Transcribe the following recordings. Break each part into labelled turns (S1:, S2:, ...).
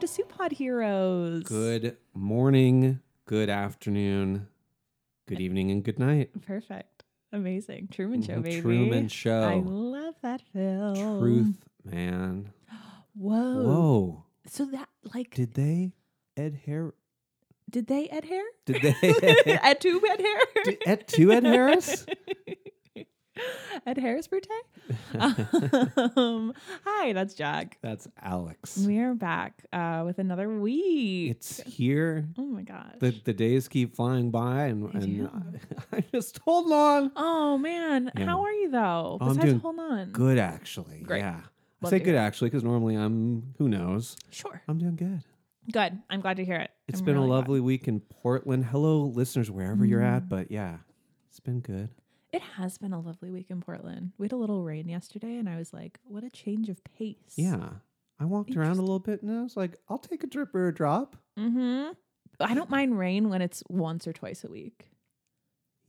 S1: to Supod Heroes.
S2: Good morning, good afternoon, good evening, and good night.
S1: Perfect. Amazing. Truman Show,
S2: Mhm.
S1: baby.
S2: Truman Show.
S1: I love that film.
S2: Truth, man.
S1: Whoa.
S2: Whoa.
S1: So that, like, did,
S2: Did they Ed Harris?
S1: they Ed hair?
S2: Did they
S1: Ed two Ed hair?
S2: Did Ed to Ed Harris?
S1: Ed Harris Brute? um, hi, that's Jack.
S2: That's Alex.
S1: We're back uh, with another week.
S2: It's here.
S1: oh my gosh.
S2: The the days keep flying by, and
S1: They
S2: and
S1: do.
S2: I, I just hold on.
S1: oh man,
S2: Yeah. Oh,
S1: how are you though?
S2: I'm
S1: Besides,
S2: doing
S1: hold on.
S2: Good actually.
S1: Great.
S2: Yeah. I
S1: Love
S2: say
S1: to
S2: good actually because normally I'm who knows.
S1: Sure.
S2: I'm doing good.
S1: Good. I'm glad Mm-hmm. to hear it.
S2: It's
S1: It's
S2: been a lovely week in Portland. Hello, listeners, wherever you're at. But yeah, it's been good.
S1: It has been a lovely week in Portland. We had a little rain yesterday, and I was like, "What a change of pace!"
S2: Yeah. I walked around a little bit and I was like, I'll take a drip or a drop.
S1: Mm-hmm. I don't mind rain when it's once or twice a week.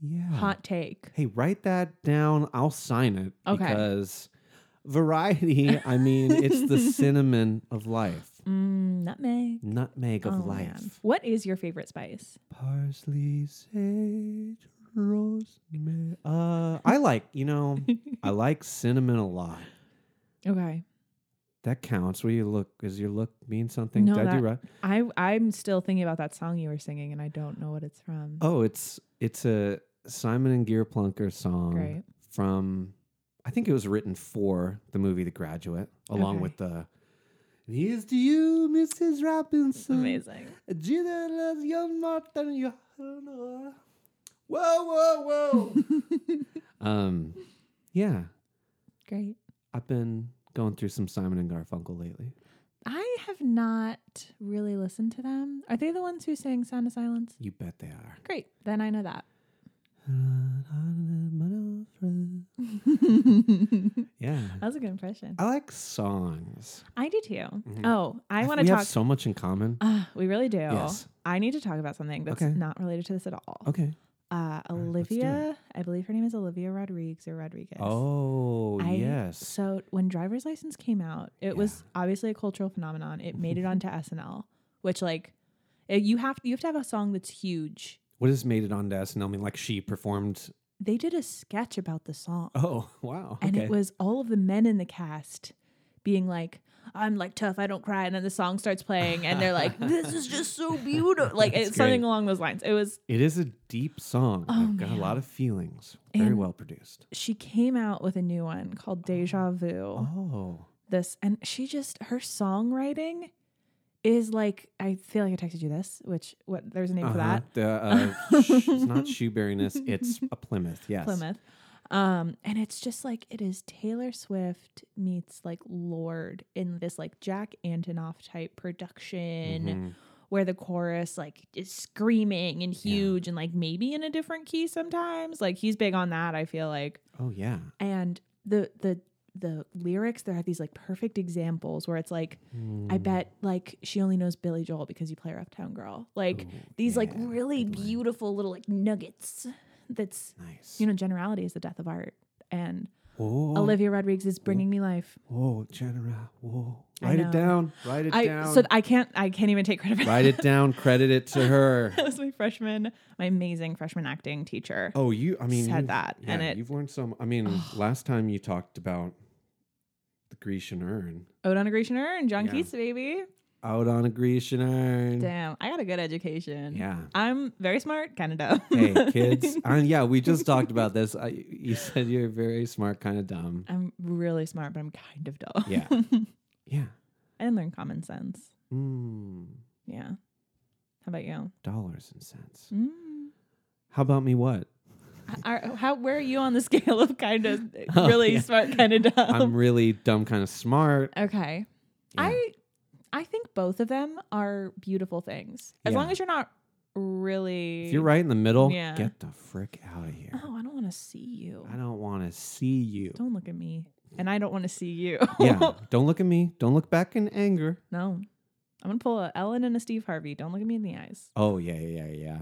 S2: Yeah.
S1: Hot take.
S2: Hey, write that down. I'll sign it
S1: Okay.
S2: because variety, I mean, it's the cinnamon of life,
S1: Mm, nutmeg.
S2: nutmeg of
S1: Oh,
S2: life.
S1: man. What is your favorite spice?
S2: Parsley, sage, rosemary. Uh, I like, you know, I like cinnamon a lot.
S1: Okay.
S2: That counts. What do you look? Is your look mean something?
S1: No,
S2: Did I do
S1: that-
S2: right?
S1: I I'm still thinking about that song you were singing, and I don't know what it's from.
S2: Oh, it's it's a Simon and Gearplunker song
S1: Great.
S2: from I think it was written for the movie The Graduate, along
S1: Okay.
S2: with the Here's to you, Mrs. Robinson.
S1: Amazing.
S2: Gina loves young Martin. You whoa, whoa, whoa. um, yeah,
S1: Great.
S2: I've been going through some Simon and Garfunkel lately.
S1: I have not really listened to them. Are they the ones who sang Sound of Silence?
S2: You bet they are.
S1: Great. Then I know that.
S2: Yeah,
S1: That was a good impression.
S2: I like songs.
S1: I do too.
S2: Mhm.
S1: Oh, I
S2: Th-
S1: want to
S2: we
S1: talk.
S2: have so much in common.
S1: Ah, we really do.
S2: Yes.
S1: I need to talk about something that's
S2: Okay.
S1: not related to this at all.
S2: Okay.
S1: Uh,
S2: right, let's do it.
S1: Olivia, I believe her name is Olivia Rodriguez or Rodriguez.
S2: Oh
S1: I-
S2: yes.
S1: So when driver's license came out, it was obviously a cultural phenomenon. It made it onto SNL, which like eh, you have you have to have a song that's huge.
S2: What has made it on to SNL? I mean, like she performed.
S1: They did a sketch about the song.
S2: Oh wow.
S1: And
S2: okay.
S1: it was all of the men in the cast being like, I'm like tough, I don't cry. And then the song starts playing and they're like, this is just so beautiful. Like
S2: That's
S1: it's something
S2: great.
S1: along those lines. It was,
S2: It is a deep song.
S1: Oh,
S2: I've got a
S1: man.
S2: lot of feelings. Very
S1: And-
S2: well produced.
S1: she came out with a new one called Deja Vu.
S2: Oh.
S1: This, and she just, her songwriting is like, I feel like I texted you this, which, what, there's a name for
S2: Uh-huh.
S1: that.
S2: The, uh, sh- it's not shoeberryness. It's a Plymouth. Yes.
S1: Plymouth. Um, and it's just like it is Taylor Swift meets like Lord in this like Jack Antonoff type production.
S2: Mhm.
S1: where the chorus like is screaming and
S2: Yeah.
S1: huge and like maybe in a different key sometimes. Like he's big on that, I feel like.
S2: Oh yeah.
S1: And the the the lyrics there are these like perfect examples where it's like I
S2: Mm.
S1: bet like she only knows Billy Joel because you play her uptown girl. Like
S2: Ooh,
S1: these like
S2: yeah.
S1: really
S2: Good line.
S1: beautiful little like nuggets that's
S2: Nice.
S1: you know generality is the death of art and
S2: Oh.
S1: Olivia Rodriguez is bringing me life.
S2: Whoa, General. Whoa.
S1: I
S2: Write it
S1: know.
S2: down. Write it
S1: I
S2: down.
S1: so I can't I can't even take credit for
S2: Write it down. Credit it to her.
S1: that was my freshman my amazing freshman acting teacher.
S2: Oh, you. I mean,
S1: said
S2: you've-
S1: that, and it-
S2: you've learned some. I mean, last time you talked about the Grecian urn.
S1: Ode on a Grecian urn, John
S2: Yeah.
S1: Keats, baby.
S2: Out on a Grecian urn.
S1: Damn, I got a good education.
S2: Yeah.
S1: I'm very smart, kind of dumb.
S2: Hey, kids. uh, yeah, we just talked about this. I, you said you're very smart, kind of dumb.
S1: I'm really smart, but I'm kind of dumb.
S2: Yeah. Yeah.
S1: I didn't learn common sense.
S2: Mm,
S1: Yeah. How about you?
S2: dollars and cents.
S1: Mm.
S2: How about me? What?
S1: Are, how, where are you on the scale of kind of
S2: Oh,
S1: really
S2: yeah.
S1: smart, kind of dumb?
S2: I'm really dumb, kind of smart.
S1: okay.
S2: Yeah.
S1: I I think both of them are beautiful things. As
S2: Yeah.
S1: long as you're not really.
S2: If you're right in the middle,
S1: Yeah.
S2: get the frick out of here.
S1: Oh, I don't want to see you.
S2: I don't want to see you.
S1: Don't look at me. And I don't want to see you.
S2: yeah. Don't look at me. Don't look back in anger.
S1: No. I'm gonna pull a Ellen and a Steve Harvey. Don't look at me in the eyes.
S2: Oh yeah, yeah, yeah, yeah.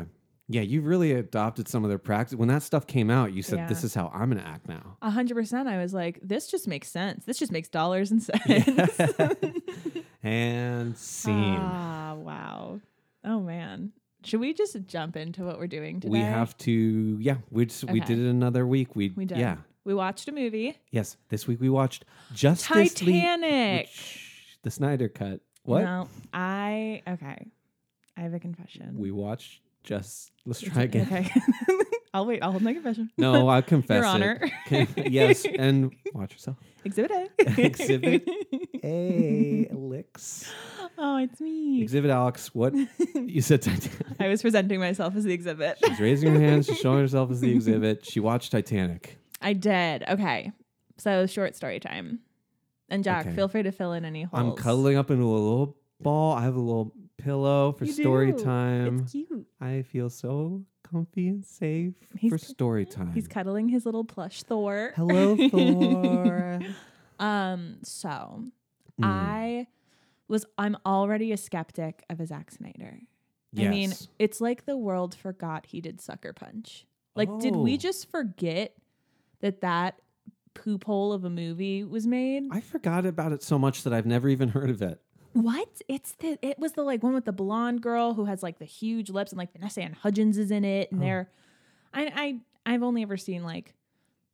S2: Yeah, you really adopted some of their practice. When that stuff came out, you said,
S1: Yeah.
S2: "This is how I'm gonna act now."
S1: A hundred percent. I was like, this just makes sense. This just makes dollars and cents.
S2: Yeah. and scene.
S1: Ah, wow. Oh man. Should we just jump into what we're doing today?
S2: we have to, yeah. We just, we
S1: Okay.
S2: did it another week. We,
S1: We did.
S2: yeah,
S1: We watched a movie.
S2: yes. This week we watched Justice League,
S1: Titanic.
S2: which- the Snyder cut. What
S1: No, I okay. I have a confession.
S2: we watched? Just let's try again.
S1: Okay. I'll wait. I'll hold my confession.
S2: No, I confess
S1: Your
S2: it.
S1: Honor.
S2: yes, and watch yourself.
S1: Exhibit A.
S2: Exhibit Hey, Alex.
S1: Oh, it's me.
S2: Exhibit Alex, what you said Titanic.
S1: I was presenting myself as the exhibit.
S2: She's raising her hands. She's showing herself as the exhibit. She watched Titanic.
S1: I did. Okay. So short story time. And Jack,
S2: Okay.
S1: feel free to fill in any holes.
S2: I'm cuddling up into a little ball. I have a little pillow for
S1: You
S2: story
S1: do.
S2: time.
S1: It's cute.
S2: I feel so comfy and safe
S1: He's
S2: for
S1: cu-
S2: story time.
S1: He's cuddling his little plush Thor.
S2: Hello, Thor.
S1: um, so
S2: Mm,
S1: I was I'm already a skeptic of a Zack Snyder. I mean,
S2: yes.
S1: it's like the world forgot he did Sucker Punch. Like, did we
S2: Oh.
S1: just forget that that poop hole of a movie was made?
S2: I forgot about it so much that I've never even heard of it.
S1: What? It's the it was the like one with the blonde girl who has like the huge lips and like Vanessa Ann Hudgens is in it and
S2: Oh.
S1: they're I I I've only ever seen like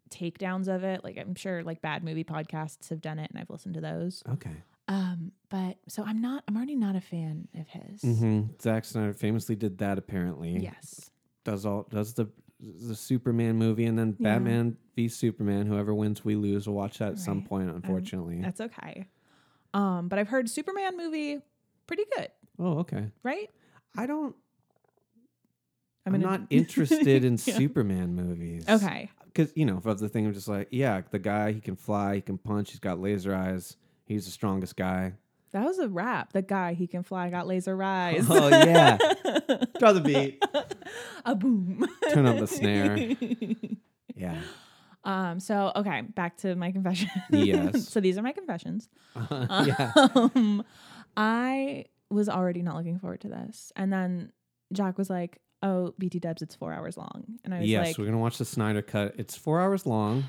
S1: takedowns of it. Like I'm sure like bad movie podcasts have done it and I've listened to those.
S2: Okay.
S1: Um but so I'm not I'm already not a fan of his.
S2: hmm Zack Snyder famously did that. Apparently,
S1: Yes.
S2: does all does the the Superman movie and then
S1: Yeah.
S2: Batman v Superman. Whoever wins, we lose. We'll watch that at some
S1: Right. Uh,
S2: point. Unfortunately.
S1: That's okay. Um but I've heard Superman movie pretty good,
S2: oh, okay.
S1: right?
S2: I don't.
S1: I'm
S2: I'm,
S1: gonna-
S2: not interested in
S1: Yeah.
S2: Superman movies.
S1: Okay.
S2: Because you know, of the thing, I'm just like, yeah, the guy. He can fly. He can punch. He's got laser eyes. He's the strongest guy.
S1: That was a wrap. The guy he can fly got laser eyes.
S2: Oh, yeah. Draw the beat.
S1: a boom.
S2: Turn up the snare. Yeah.
S1: Um. So okay, back to my confession.
S2: Yes.
S1: so these are my confessions.
S2: Uh-huh. yeah.
S1: Um, I was already not looking forward to this, and then Jack was like, "Oh, BT Dubs, it's four hours long," and I was
S2: Yes,
S1: like,
S2: we're gonna watch the Snyder cut. It's four hours long.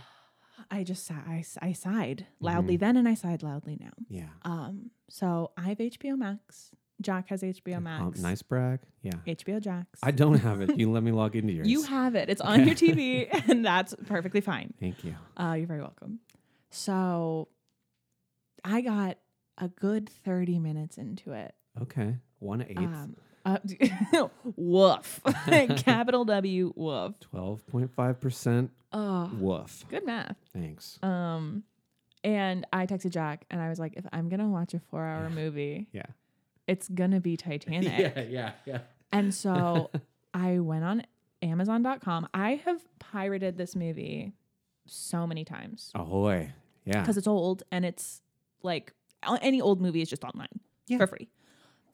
S1: "I just si- I s- I sighed
S2: Mm-hmm.
S1: loudly then, and I sighed loudly now."
S2: Yeah.
S1: Um. So I have HBO Max. Jack has HBO
S2: Um,
S1: Max.
S2: nice brag. Yeah.
S1: HBO Jax.
S2: I don't have it. You let me log into yours.
S1: you have it. It's on
S2: Okay.
S1: your TV, and that's perfectly fine.
S2: Thank you.
S1: Uh, you're very welcome. So I got a good 30 minutes into it.
S2: Okay. One eighth.
S1: Um, uh, woof. Capital W, woof.
S2: 12.5%
S1: Oh,
S2: woof.
S1: good math.
S2: Thanks.
S1: Um, and I texted Jack and I was like, if I'm going to watch a four hour movie,
S2: Yeah.
S1: it's going to be Titanic.
S2: yeah, yeah.
S1: And so I went on Amazon.com. I have pirated this movie so many times
S2: Ahoy. Yeah.
S1: because it's old and it's like any old movie is just online
S2: Yeah.
S1: for free.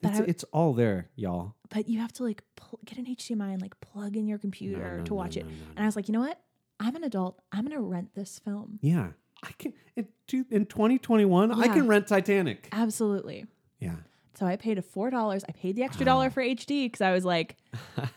S1: But
S2: It's,
S1: I-
S2: it's all there, y'all.
S1: but you have to like pl- get an HDMI and like plug in your computer
S2: No, no,
S1: to watch
S2: no,
S1: it.
S2: no, no,
S1: And I was like, you know what? I'm an adult. I'm gonna rent this film.
S2: Yeah. I can in, two, in 2021, I
S1: Yeah.
S2: can rent Titanic.
S1: Absolutely.
S2: Yeah.
S1: So I paid a four dollars. I paid the extra
S2: Wow.
S1: dollar for HD because I was like,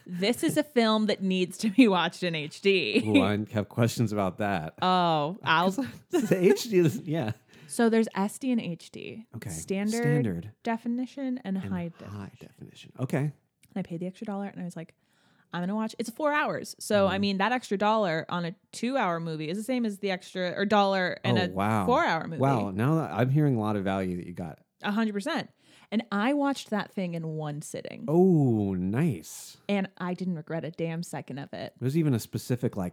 S1: this is a film that needs to be watched in
S2: Ooh,
S1: HD.
S2: I have questions about that.
S1: oh, I'll.
S2: the HD is yeah.
S1: So there's SD and HD.
S2: Okay.
S1: Standard,
S2: Standard
S1: definition and,
S2: and
S1: high definition.
S2: high definition. Okay.
S1: And I paid the extra dollar and I was like, I'm gonna watch it's four hours. So
S2: Mm-hmm.
S1: I mean that extra dollar on a two hour movie is the same as the extra or dollar and
S2: oh
S1: a
S2: wow.
S1: four hour movie.
S2: Wow. Now that I'm hearing a lot of value that you got.
S1: A hundred percent. And I watched that thing in one sitting.
S2: Oh, nice.
S1: And I didn't regret a damn second of it.
S2: There's even a specific like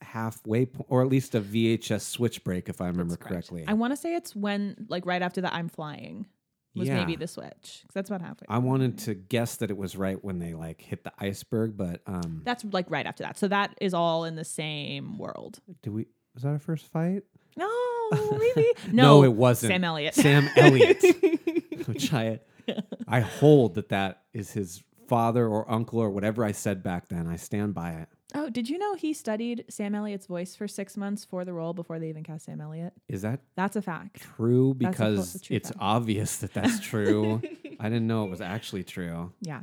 S2: halfway point, or at least a VHS switch break, if I remember
S1: Correct.
S2: correctly.
S1: I wanna say it's when like right after the I'm flying was
S2: Yeah.
S1: maybe the switch. 'Cause that's about halfway.
S2: I wanted to guess that it was right when they like hit the iceberg, but um,
S1: that's like right after that. So that is all in the same world.
S2: did we? Was that our first fight?
S1: No, maybe.
S2: No, it wasn't.
S1: Sam Elliott.
S2: Sam Elliott, which I I hold that that is his father or uncle or whatever I said back then. I stand by it.
S1: Oh, did you know he studied Sam Elliott's voice for six months for the role before they even cast Sam Elliott?
S2: Is that
S1: That's a fact.
S2: true?
S1: That's a clo-
S2: Because
S1: a true
S2: it's
S1: fact.
S2: obvious that that's true. I didn't know it was actually true.
S1: Yeah.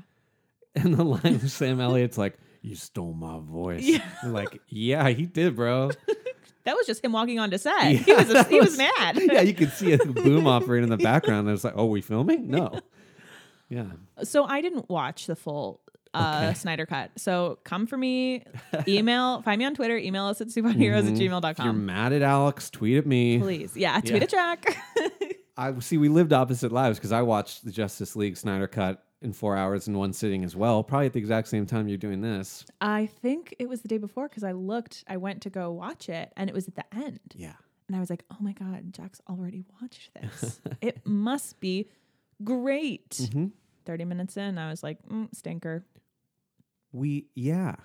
S2: And the line of Sam Elliott's like, "You stole my voice."
S1: Yeah.
S2: I'm like, yeah, he did, bro.
S1: That was just him walking onto set. He was he was mad.
S2: yeah, you could see a boom operating in the background. It's like, oh, we filming? No. Yeah.
S1: So I didn't watch the full uh,
S2: Okay.
S1: Snyder Cut. So come for me. Email, find me on Twitter. Email us at superheroes
S2: Mhm.
S1: at
S2: If you're
S1: gmail.com.
S2: mad at Alex, tweet at me.
S1: Please. Yeah, Um, tweet
S2: Yeah.
S1: a track.
S2: I see we lived opposite lives because I watched the Justice League Snyder Cut in four hours in one sitting as well, probably at the exact same time you're doing this.
S1: I think it was the day before because I looked, I went to go watch it and it was at the end.
S2: Yeah.
S1: And I was like, oh my God, Jack's already watched this. it must be great.
S2: hmm
S1: 30 minutes in, I was like, mm, stinker.
S2: We yeah.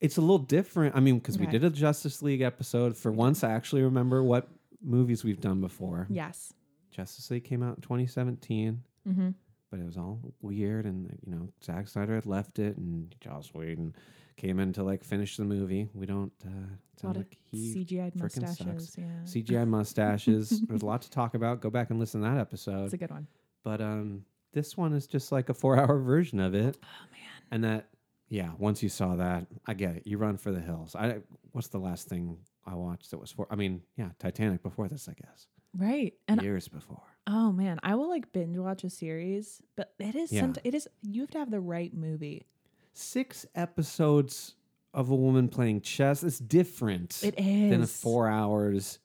S2: It's a little different. I mean, because we
S1: Okay.
S2: did a Justice League episode. For once, I actually remember what movies we've done before.
S1: Yes.
S2: Justice League came out in 2017,
S1: Mm-hmm.
S2: but it was all weird, and you know, Zack Snyder had left it, and Joss Whedon came in to like finish the movie. We don't uh,
S1: A lot
S2: sound
S1: of
S2: like he
S1: CGI
S2: frickin' sucks.
S1: mustaches. Yeah.
S2: CGI mustaches. There's a lot to talk about. Go back and listen to that
S1: It's a
S2: episode.
S1: good one.
S2: But um, this one is just like a four-hour version of it,
S1: Oh, man.
S2: and that yeah. Once you saw that, I get it. You run for the hills. I what's the last thing I watched that was for? I mean, yeah, Titanic before this, I guess.
S1: Right. And
S2: Years before.
S1: oh, man, I will like binge watch a series, but it is,
S2: Yeah.
S1: somet- it is, you have to have the right movie.
S2: Six episodes of a woman playing chess. It's different
S1: It is.
S2: than four hours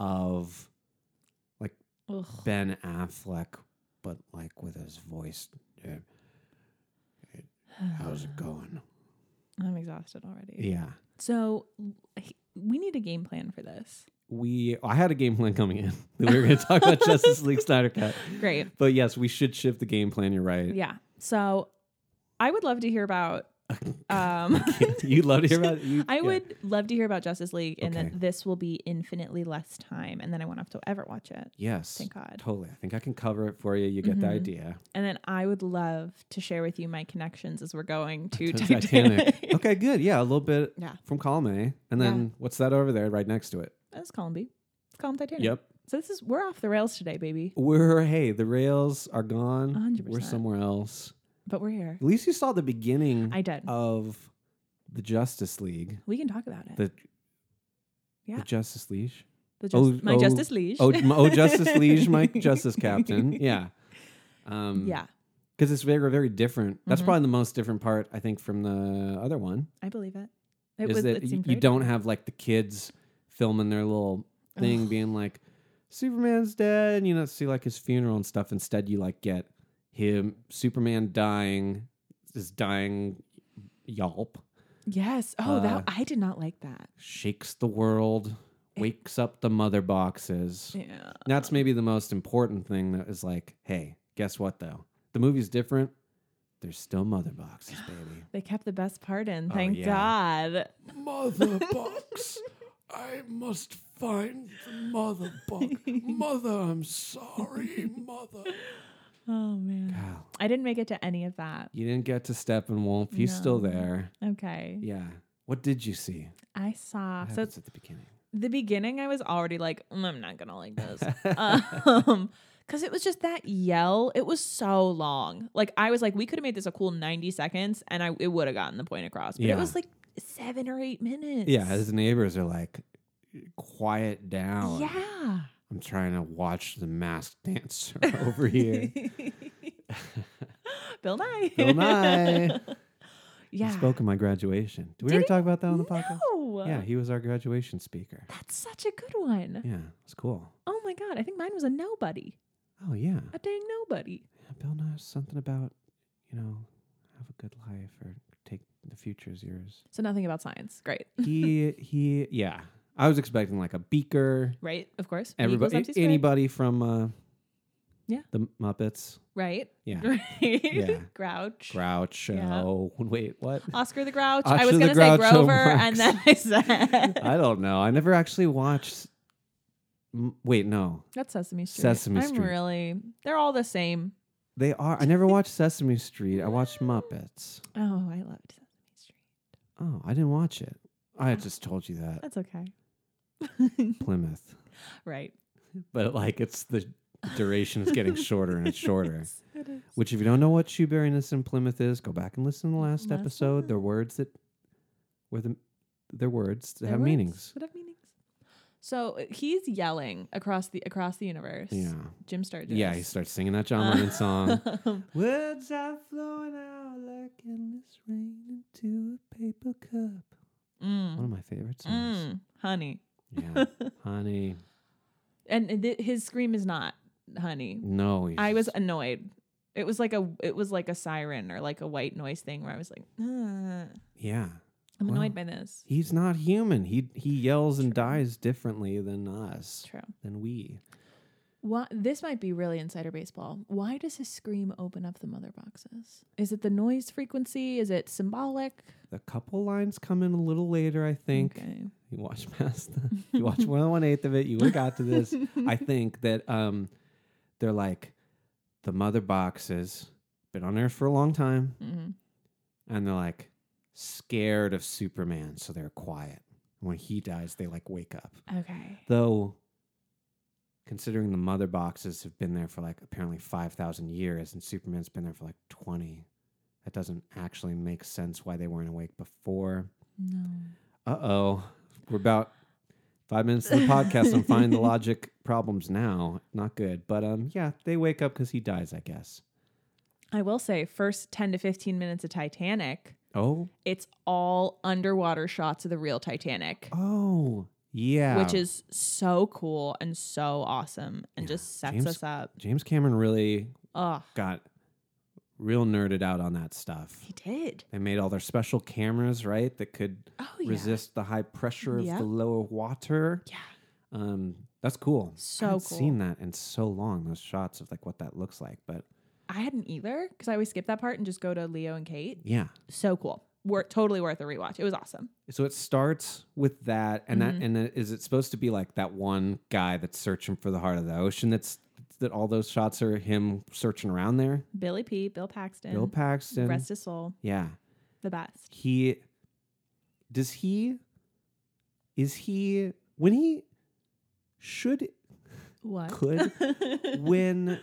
S2: of
S1: Ugh.
S2: Ben Affleck, but like with his voice. Yeah, how's it going?
S1: I'm exhausted already.
S2: Yeah.
S1: So he- we need a game plan for this.
S2: We I had a game plan coming in that we were going to talk about Justice League Snyder Cut.
S1: Great.
S2: But yes, we should shift the game plan. You're right.
S1: Yeah. So I would love to hear about um
S2: You'd love to hear about it. You-
S1: I
S2: yeah.
S1: would love to hear about Justice League and
S2: Okay.
S1: that this will be infinitely less time and then I won't have to ever watch it.
S2: Yes.
S1: Thank God.
S2: Totally. I think I can cover it for you. You get the
S1: Mhm.
S2: idea.
S1: And then I would love to share with you my connections as we're going to
S2: To
S1: Titanic.
S2: okay, good. Yeah, a little bit
S1: Yeah.
S2: from column A. And then what's that over there right next to it?
S1: That's column B. It's column Titanic.
S2: Yep.
S1: So this is we're off the rails today, baby.
S2: We're hey, the rails are gone. we are
S1: 100%.
S2: somewhere else.
S1: But we're here.
S2: At least you saw the beginning
S1: I did.
S2: of the Justice League.
S1: we can talk about it.
S2: The
S1: Yeah.
S2: The Justice League.
S1: The just,
S2: oh,
S1: my
S2: oh,
S1: Justice League.
S2: Oh, m- oh Justice League, my Justice Captain. Yeah. Um,
S1: Yeah,
S2: Because it's very, very different. That's
S1: Mhm.
S2: probably the most different part, I think, from the other one.
S1: I believe it. It
S2: Is that
S1: it
S2: y-
S1: seemed
S2: you
S1: very
S2: don't
S1: different.
S2: have like the kids filming their little thing
S1: Ugh.
S2: being like, Superman's dead, and you don't see like his funeral and stuff. Instead, you like get him, Superman dying, his dying yelp,
S1: Yes. Oh,
S2: Uh,
S1: that I did not like that.
S2: shakes the world, wakes up the mother boxes.
S1: Yeah.
S2: That's maybe the most important thing that is like, hey, guess what though? The movie's different. There's still mother boxes, baby.
S1: They kept the best part in.
S2: Oh,
S1: Thank
S2: yeah.
S1: God.
S2: Mother box. I must find the mother box. Mother, I'm sorry, mother.
S1: Oh man. I didn't make it to any of that.
S2: You didn't get to Steppenwolf. He's still
S1: No.
S2: there.
S1: Okay.
S2: Yeah. What did you see?
S1: I saw.
S2: What
S1: So
S2: happens at the beginning.
S1: the beginning, I was already like, "Mm, I'm not gonna like this, um, because it was just that yell. It was so long. Like I was like, we could have made this a cool 90 seconds, and I it would have gotten the point across. But
S2: Yeah.
S1: it was like seven or eight minutes.
S2: Yeah, his neighbors are like, quiet down.
S1: Yeah.
S2: I'm trying to watch the masked dancer over here.
S1: Bill Nye.
S2: Bill Nye.
S1: yeah.
S2: He spoke at my graduation. Did we
S1: Did
S2: ever
S1: he?
S2: talk about that on the podcast?
S1: No.
S2: Yeah, he was our graduation speaker.
S1: That's such a good one.
S2: Yeah, it's cool.
S1: Oh my god, I think mine was a nobody.
S2: Oh yeah.
S1: A dang nobody.
S2: yeah Bill Nye something about, you know, have a good life or take the future's yours.
S1: So nothing about science. Great.
S2: He he yeah. I was expecting like a beaker.
S1: Right? Of course. E equals
S2: Everybody
S1: MC squared.
S2: anybody from uh
S1: Yeah.
S2: The Muppets.
S1: Right.
S2: Yeah.
S1: Right.
S2: Yeah.
S1: Grouch.
S2: Groucho.
S1: Yeah.
S2: Wait, what?
S1: Oscar the Grouch. I
S2: Oscar
S1: was
S2: the
S1: gonna say
S2: Groucho
S1: Grover
S2: Marx.
S1: and then I said
S2: I don't know. I never actually watched M- Wait, no.
S1: That's Sesame Street.
S2: Sesame
S1: I'm
S2: Street.
S1: really they're all the same.
S2: They are. I never watched Sesame Street. I watched Muppets.
S1: Oh, I loved Sesame Street.
S2: Oh, I didn't watch it. I just told you that
S1: That's okay.
S2: Plymouth,
S1: right.
S2: but like it's the duration is getting shorter and shorter.
S1: It's- it is.
S2: Which, if you don't know what shoeberryness in Plymouth is, go back and listen to the last
S1: Last
S2: episode.
S1: one.
S2: They're words that were the they're words that
S1: Their
S2: have
S1: words
S2: meanings.
S1: Would have meanings. So uh, he's yelling across the across the universe.
S2: Yeah.
S1: Jim Sturgis.
S2: Yeah, he starts singing that John Lennon song.
S1: Um,
S2: Words are flowing out like endless rain into a paper cup. One
S1: mm,
S2: of my favorite songs.
S1: mm, honey.
S2: Yeah. Honey.
S1: And uh, th- his scream is not honey.
S2: No. he's
S1: I was
S2: just-
S1: annoyed. It was like a it was like a siren or like a white noise thing where I was like, "Ugh,
S2: Yeah.
S1: I'm
S2: Well,
S1: annoyed by this.
S2: He's not human. He he yells and dies differently than us,
S1: True.
S2: than we.
S1: Why, this might be really insider baseball. Why does his scream open up the mother boxes? Is it the noise frequency? Is it symbolic?
S2: The couple lines come in a little later, I think.
S1: Okay.
S2: You watch past the, you watch one oh one eighth of it, you would have got to this. I think that um they're like the mother boxes, been on Earth for a long time,
S1: hmm
S2: and they're like scared of Superman, so they're quiet. When he dies, they like wake up.
S1: Okay.
S2: Though considering the mother boxes have been there for like apparently five thousand years and Superman's been there for like twenty. That doesn't actually make sense why they weren't awake before.
S1: No.
S2: Uh oh. We're about five minutes to the podcast and find the logic problems now. Not good. But um yeah, they wake up because he dies, I guess.
S1: I will say, first 10 to 15 minutes of Titanic,
S2: Oh.
S1: it's all underwater shots of the real Titanic,
S2: Oh. Yeah.
S1: which is so cool and so awesome and
S2: Yeah.
S1: just sets
S2: James-
S1: us up.
S2: James Cameron really
S1: Oh,
S2: got real nerded out on that stuff.
S1: he did.
S2: They made all their special cameras, right? That could
S1: Oh, yeah.
S2: resist the high pressure of
S1: Yeah.
S2: the lower water.
S1: Yeah.
S2: Um, that's cool.
S1: So
S2: I haven't
S1: cool.
S2: seen that in so long. Those shots of like what that looks like, but
S1: I hadn't either because I always skip that part and just go to Leo and Kate.
S2: yeah.
S1: So cool. Wor- totally worth a rewatch. It was awesome.
S2: So it starts with that, and
S1: Mm-hmm.
S2: that, and then is it supposed to be like that one guy that's searching for the heart of the ocean? That's that all those shots are him searching around there.
S1: Billy P, Bill Paxton,
S2: Bill Paxton.
S1: rest his soul,
S2: yeah,
S1: the best.
S2: he does he is he when he should
S1: What?
S2: could when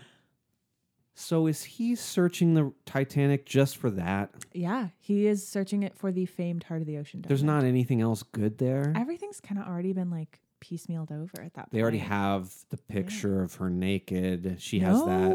S2: so is he searching the titanic just for that
S1: yeah, he is searching it for the famed Heart of the Ocean.
S2: there's
S1: diamond.
S2: not anything else good there
S1: Everything's kind of already been like piecemealed over at that point.
S2: they already have the picture of her naked she has that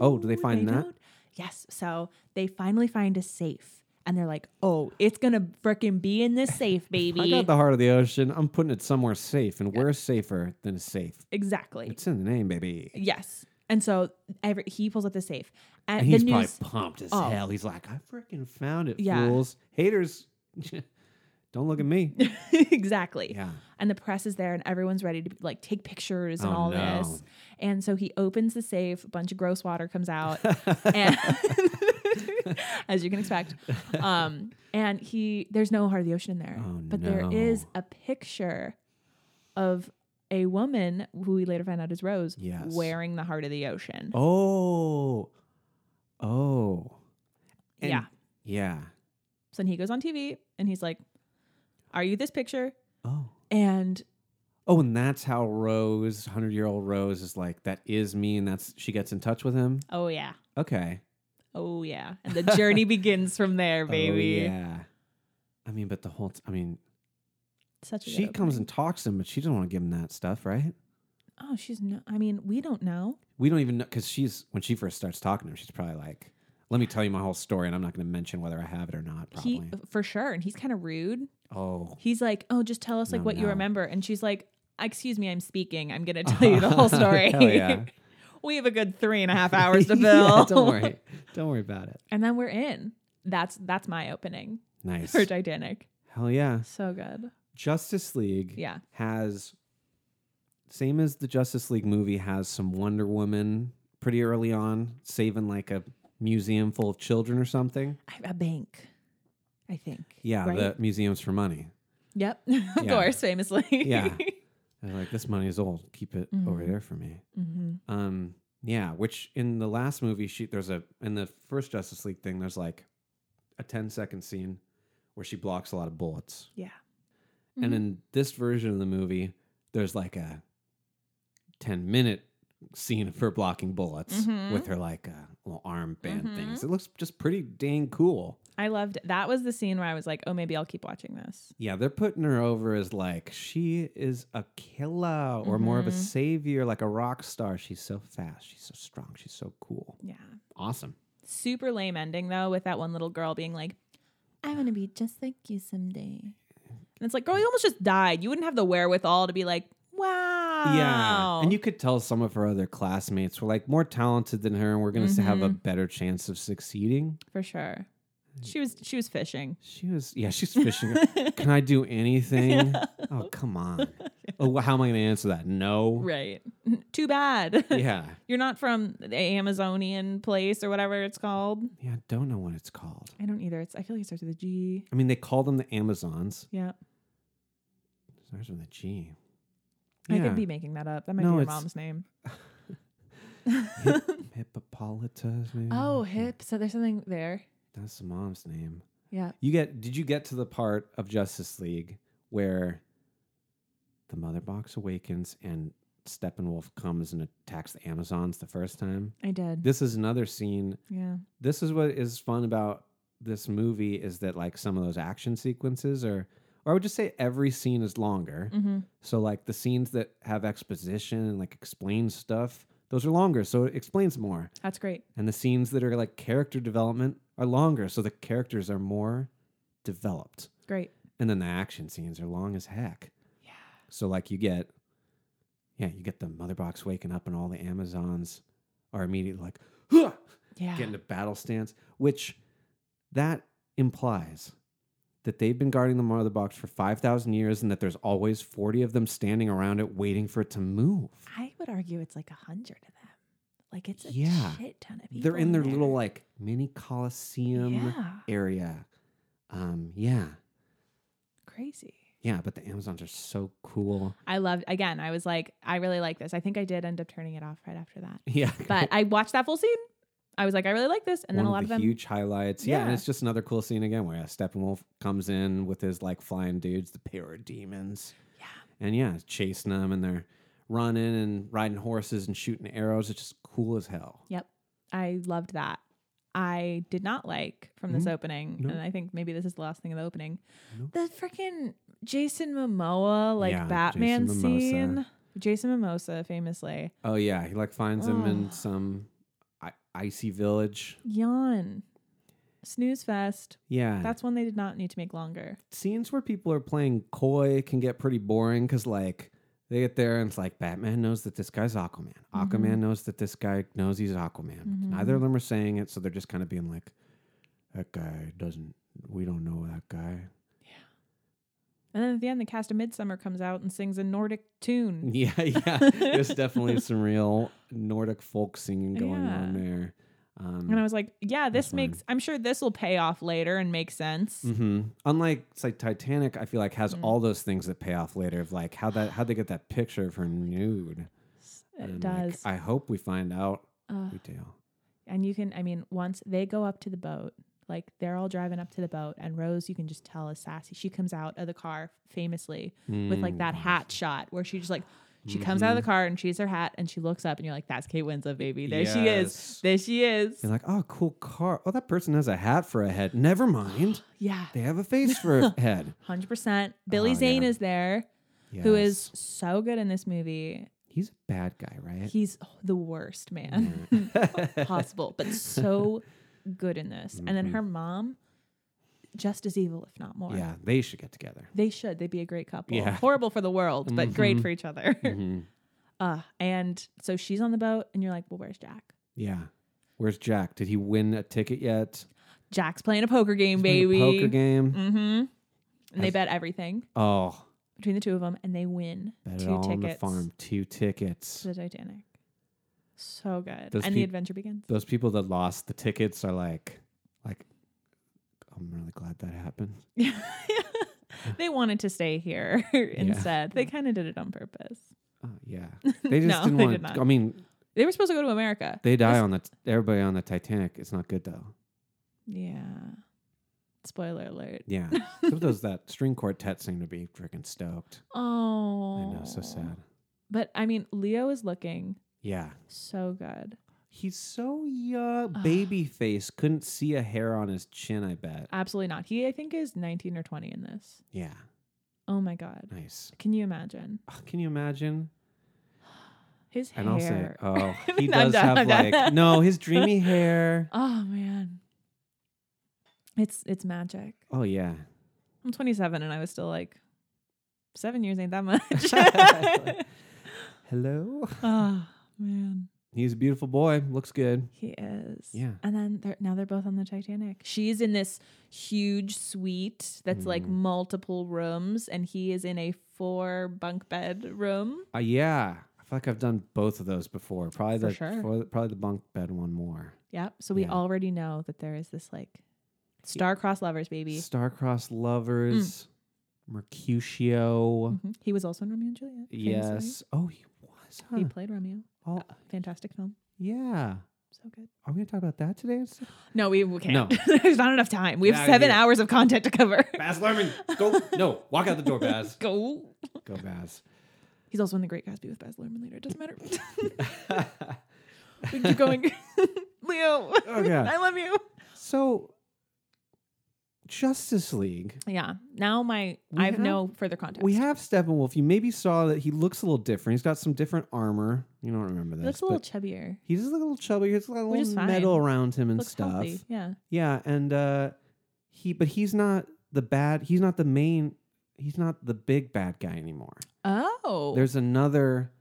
S2: Oh, do they
S1: No,
S2: find that?
S1: don't. Yes. So they finally find a safe and they're like, oh, it's going to frickin' be in this safe, baby.
S2: i got the heart of the ocean i'm putting it somewhere safe and where's safer than a safe
S1: exactly.
S2: it's in the name baby
S1: yes. And so every, he pulls up the safe. And,
S2: and he's
S1: the news,
S2: probably pumped as
S1: Oh.
S2: hell he's like i freaking found it
S1: Yeah.
S2: fools haters don't look at me
S1: exactly.
S2: yeah
S1: and the press is there and everyone's ready to like take pictures and
S2: Oh,
S1: all
S2: no.
S1: this and so he opens the safe a bunch of gross water comes out and as you can expect um and he there's no heart of the ocean in there
S2: Oh,
S1: but there is
S2: no.
S1: a picture of a woman who we later find out is rose
S2: Yes.
S1: wearing the heart of the ocean
S2: Oh. Oh. And-
S1: yeah
S2: Yeah.
S1: so then he goes on tv and he's like are you this picture
S2: Oh.
S1: and
S2: Oh, and that's how Rose, 100 year old Rose, is like, that is me. And that's, she gets in touch with him.
S1: oh yeah
S2: Okay.
S1: oh yeah and the journey begins from there baby
S2: Oh, yeah. I mean, but the whole, t- I mean,
S1: such a good
S2: she comes
S1: opening.
S2: and talks to him, but she doesn't want to give him that stuff, right?
S1: Oh, she's no. I mean, we don't know.
S2: We don't even know, because she's, when she first starts talking to him, she's probably like, let me tell you my whole story, and I'm not going to mention whether I have it or not, probably.
S1: He for sure, and he's kind of rude.
S2: oh.
S1: He's like, "Oh, just tell us like
S2: No,
S1: what you
S2: no.
S1: remember," and she's like, "Excuse me, I'm speaking. I'm gonna tell you the whole story.
S2: Oh, Hell yeah.
S1: we have a good three and a half hours to fill.
S2: Yeah, don't worry. Don't worry about it.
S1: and then we're in. That's that's my opening
S2: Nice.
S1: for Titanic.
S2: Hell yeah.
S1: So good.
S2: Justice League
S1: Yeah.
S2: has same as the Justice League movie has some Wonder Woman pretty early on saving like a museum full of children or something.
S1: I- A bank, I think.
S2: Yeah,
S1: Right?
S2: the museums for money.
S1: Yep. of
S2: Yeah.
S1: course, famously.
S2: Yeah. They're like this money is old. Keep it over there for me.
S1: hmm
S2: Um yeah, which in the last movie she there's a in the first Justice League thing there's like a 10 second scene where she blocks a lot of bullets.
S1: Yeah.
S2: And in this version of the movie, there's like a 10 minute scene of her blocking bullets
S1: Mhm.
S2: with her like uh, little armband
S1: Mhm.
S2: things. It looks just pretty dang cool.
S1: I loved that was the scene where I was like, oh, maybe I'll keep watching this.
S2: Yeah, they're putting her over as like she is a killer or more of a
S1: Mhm.
S2: savior, like a rock star. She's so fast, she's so strong, she's so cool.
S1: Yeah.
S2: Awesome.
S1: Super lame ending though, with that one little girl being like, I want to be just like you someday. And it's like, girl, you almost just died. You wouldn't have the wherewithal to be like, wow.
S2: Yeah. And you could tell some of her other classmates were like more talented than her and we're going to have a
S1: Mhm.
S2: better chance of succeeding.
S1: for sure.
S2: Mm.
S1: She was she was fishing.
S2: She was, yeah, she's fishing. Can I do anything? Oh, come on. Oh, wh- how am I going to answer that? No.
S1: right. Too bad.
S2: Yeah.
S1: You're not from the Amazonian place or whatever it's called.
S2: Yeah. I don't know what it's called.
S1: I don't either. It's I feel like it starts with a G.
S2: I mean, they call them the Amazons.
S1: Yeah.
S2: Starts with a G.
S1: I could
S2: Yeah.
S1: be making that up. That might
S2: No,
S1: be your
S2: it's-
S1: mom's name.
S2: Hippopolyta. Maybe?
S1: Oh, hip. So there's something there.
S2: That's the mom's name.
S1: Yeah.
S2: You get? Did you get to the part of Justice League where the Mother Box awakens and Steppenwolf comes and attacks the Amazons the first time?
S1: I did.
S2: This is another scene.
S1: yeah.
S2: This is what is fun about this movie is that like some of those action sequences are, or I would just say every scene is longer.
S1: Mm-hmm.
S2: So like the scenes that have exposition and like explain stuff, those are longer, so it explains more.
S1: That's great.
S2: And the scenes that are like character development are longer, so the characters are more developed.
S1: Great.
S2: And then the action scenes are long as heck.
S1: Yeah.
S2: So like you get yeah, you get the mother box waking up and all the Amazons are immediately like "Huh!"
S1: Yeah.
S2: get into battle stance, which that implies that they've been guarding the mother box for 5,000 years and that there's always 40 of them standing around it waiting for it to move.
S1: I would argue it's like a hundred of them. Like it's a
S2: Yeah.
S1: shit ton of people.
S2: They're in their
S1: there.
S2: little like mini coliseum
S1: Yeah.
S2: area. Um, yeah.
S1: Crazy.
S2: Yeah, but the Amazons are so cool.
S1: I loved again. I was like, I really like this. I think I did end up turning it off right after that.
S2: Yeah.
S1: But I watched that full scene. I was like, I really like this. And
S2: One
S1: then a lot of
S2: the
S1: them.
S2: huge highlights. Yeah. and
S1: Yeah.
S2: it's just another cool scene again where uh, Steppenwolf comes in with his like flying dudes, the parademons.
S1: yeah.
S2: and yeah, chasing them and they're running and riding horses and shooting arrows. It's just cool as hell.
S1: Yep. I loved that. I did not like from this
S2: Mhm.
S1: opening,
S2: No.
S1: and I think maybe this is the last thing of the opening.
S2: No.
S1: The freaking Jason Momoa, like
S2: Yeah,
S1: Batman
S2: Jason Momoa.
S1: scene. Jason Mimosa, famously.
S2: Oh yeah, he like finds him in
S1: Ugh.
S2: some I- icy village.
S1: Yawn. Snooze fest.
S2: Yeah,
S1: That's one they did not need to make longer.
S2: scenes where people are playing coy can get pretty boring because like they get there and it's like Batman knows that this guy's Aquaman.
S1: Mm-hmm.
S2: Aquaman knows that this guy knows he's Aquaman. Neither of them are saying it, so they're just kind of being like, "That guy doesn't. We don't know that guy."
S1: And then at the end, the cast of Midsummer comes out and sings a Nordic tune.
S2: Yeah, yeah. There's definitely some real Nordic folk singing going
S1: Yeah.
S2: on there. Um,
S1: And I was like, yeah, this
S2: That's fine.
S1: makes, I'm sure this will pay off later and make sense.
S2: mhm. Unlike say Titanic, I feel like has
S1: Mm.
S2: all those things that pay off later of like how that how they get that picture of her
S1: It
S2: nude. And, like,
S1: does.
S2: I hope we find out.
S1: Ugh.
S2: We do.
S1: And you can, I mean, once they go up to the boat, like they're all driving up to the boat, and Rose, you can just tell is sassy. She comes out of the car famously with like that
S2: Mm.
S1: hat shot where she just like, she comes out of
S2: Mhm.
S1: the car and she's her hat and she looks up and you're like, that's Kate Winslet, baby. There she is.
S2: Yes.
S1: There she is.
S2: You're like, oh, cool car. Oh, that person has a hat for a head. Never mind.
S1: Yeah.
S2: They have a face for a head.
S1: 100%. Billy
S2: Oh,
S1: Zane
S2: yeah.
S1: is there, who is
S2: Yes.
S1: so good in this movie.
S2: He's a bad guy, right?
S1: He's the worst man
S2: Mm.
S1: possible, but so good in this. And then
S2: Mhm.
S1: her mom, just as evil, if not more.
S2: yeah, they should get together.
S1: They should. They'd be a great couple.
S2: Yeah.
S1: Horrible for the world, but great
S2: Mhm.
S1: for each other.
S2: Mhm.
S1: Uh, and so she's on the boat, and you're like, well, where's Jack?
S2: Yeah. Where's Jack? Did he win a ticket yet?
S1: Jack's playing a poker game,
S2: He's playing a
S1: baby.
S2: Poker game.
S1: Mm-hmm. And they
S2: Has-
S1: bet everything
S2: Oh,
S1: between the two of them, and they win
S2: bet it
S1: two
S2: all on the
S1: tickets
S2: farm. Two tickets.
S1: to the Titanic. So good.
S2: Those
S1: and
S2: peop-
S1: the adventure begins.
S2: Those people that lost the tickets are like, like, I'm really glad that happened.
S1: they wanted to stay here instead. They kind of did it on purpose.
S2: Oh, yeah. They just
S1: No,
S2: didn't
S1: they
S2: want.
S1: did not.
S2: I mean,
S1: They were supposed to go to America.
S2: they die
S1: This-
S2: on the t- everybody on the Titanic. It's not good though.
S1: Yeah. Spoiler alert.
S2: Yeah. Some does that string quartet seem to be freaking stoked.
S1: Oh.
S2: I know, so sad.
S1: But I mean, Leo is looking
S2: Yeah.
S1: so good.
S2: He's so young, baby face. Couldn't see a hair on his chin. I bet.
S1: Absolutely not. He, I think, is 19 or 20 in this.
S2: Yeah,
S1: Oh my God.
S2: nice.
S1: Can you imagine?
S2: Oh, can you imagine?
S1: His
S2: And I'll say,
S1: hair.
S2: oh, he
S1: No, I'm
S2: does
S1: done,
S2: have
S1: I'm done.
S2: like no, his dreamy hair.
S1: Oh, man. It's it's magic.
S2: Oh yeah,
S1: I'm 27 and I was still like, seven years ain't that much.
S2: hello.
S1: oh, man.
S2: He's a beautiful boy. Looks good.
S1: He is.
S2: Yeah.
S1: And then they're, now they're both on the Titanic. She's in this huge suite that's like
S2: Mhm.
S1: multiple rooms, and he is in a four bunk bed room.
S2: Uh, yeah, I feel like I've done both of those before. Probably
S1: For
S2: the
S1: sure.
S2: pro- probably the bunk bed one more.
S1: Yep. So we
S2: Yeah.
S1: already know that there is this like star-crossed lovers, baby.
S2: Star-crossed
S1: Hmm.
S2: lovers, Mercutio.
S1: Mhm. He was also in Romeo and Juliet. famously.
S2: Yes. Oh, he was. Huh?
S1: He played Romeo.
S2: oh,
S1: Fantastic film.
S2: yeah.
S1: So good.
S2: Are we gonna talk about that today?
S1: No, we, we
S2: No.
S1: can't. There's not enough time. We have
S2: Get outta
S1: seven
S2: here.
S1: hours of content to cover.
S2: Baz Luhrmann, go! No, walk out the door, Baz.
S1: Go.
S2: Go, Baz.
S1: He's also in The Great Gatsby with Baz Luhrmann later. It doesn't matter. we keep going. Leo,
S2: Oh, yeah.
S1: I love you.
S2: so, Justice League.
S1: Yeah. Now my
S2: We
S1: I have
S2: have-
S1: no further context.
S2: We have Steppenwolf. You maybe saw that he looks a little different. He's got some different armor. You don't remember
S1: He
S2: this.
S1: looks a
S2: but-
S1: little chubbier.
S2: He's just a little chubby. He's got a
S1: Which is
S2: little
S1: fine.
S2: metal around him and
S1: Looks
S2: stuff.
S1: healthy. Yeah.
S2: Yeah, and uh he but he's not the bad he's not the main he's not the big bad guy anymore.
S1: Oh.
S2: There's another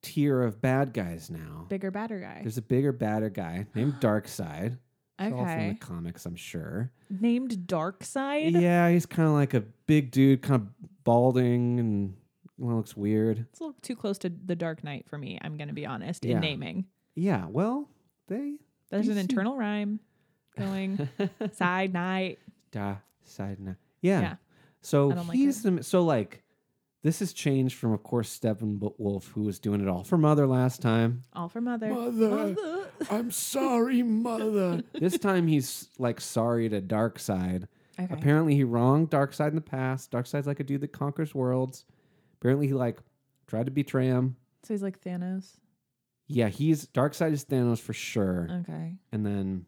S2: tier of bad guys now.
S1: bigger, badder guy.
S2: There's a bigger, badder guy named Darkseid. It's all from the
S1: Okay.
S2: comics, I'm sure.
S1: Named Dark Side.
S2: Yeah, he's kind of like a big dude, kind of balding and well, looks weird.
S1: It's a little too close to the Dark Knight for me, I'm gonna be honest,
S2: Yeah.
S1: in naming.
S2: Yeah, well, they
S1: There's an
S2: DC.
S1: internal rhyme going side night.
S2: da side na. Yeah.
S1: Yeah.
S2: So
S1: I don't like
S2: he's the so like this has changed from of course Steppenwolf who was doing it all for mother last time.
S1: All for mother.
S2: Mother,
S1: Mother.
S2: I'm sorry, mother. this time he's like sorry to Darkseid.
S1: Okay.
S2: Apparently he wronged Darkseid in the past. Darkseid's like a dude that conquers worlds. Apparently he like tried to betray him.
S1: so he's like Thanos.
S2: Yeah, he's Darkseid is Thanos for sure.
S1: Okay.
S2: And then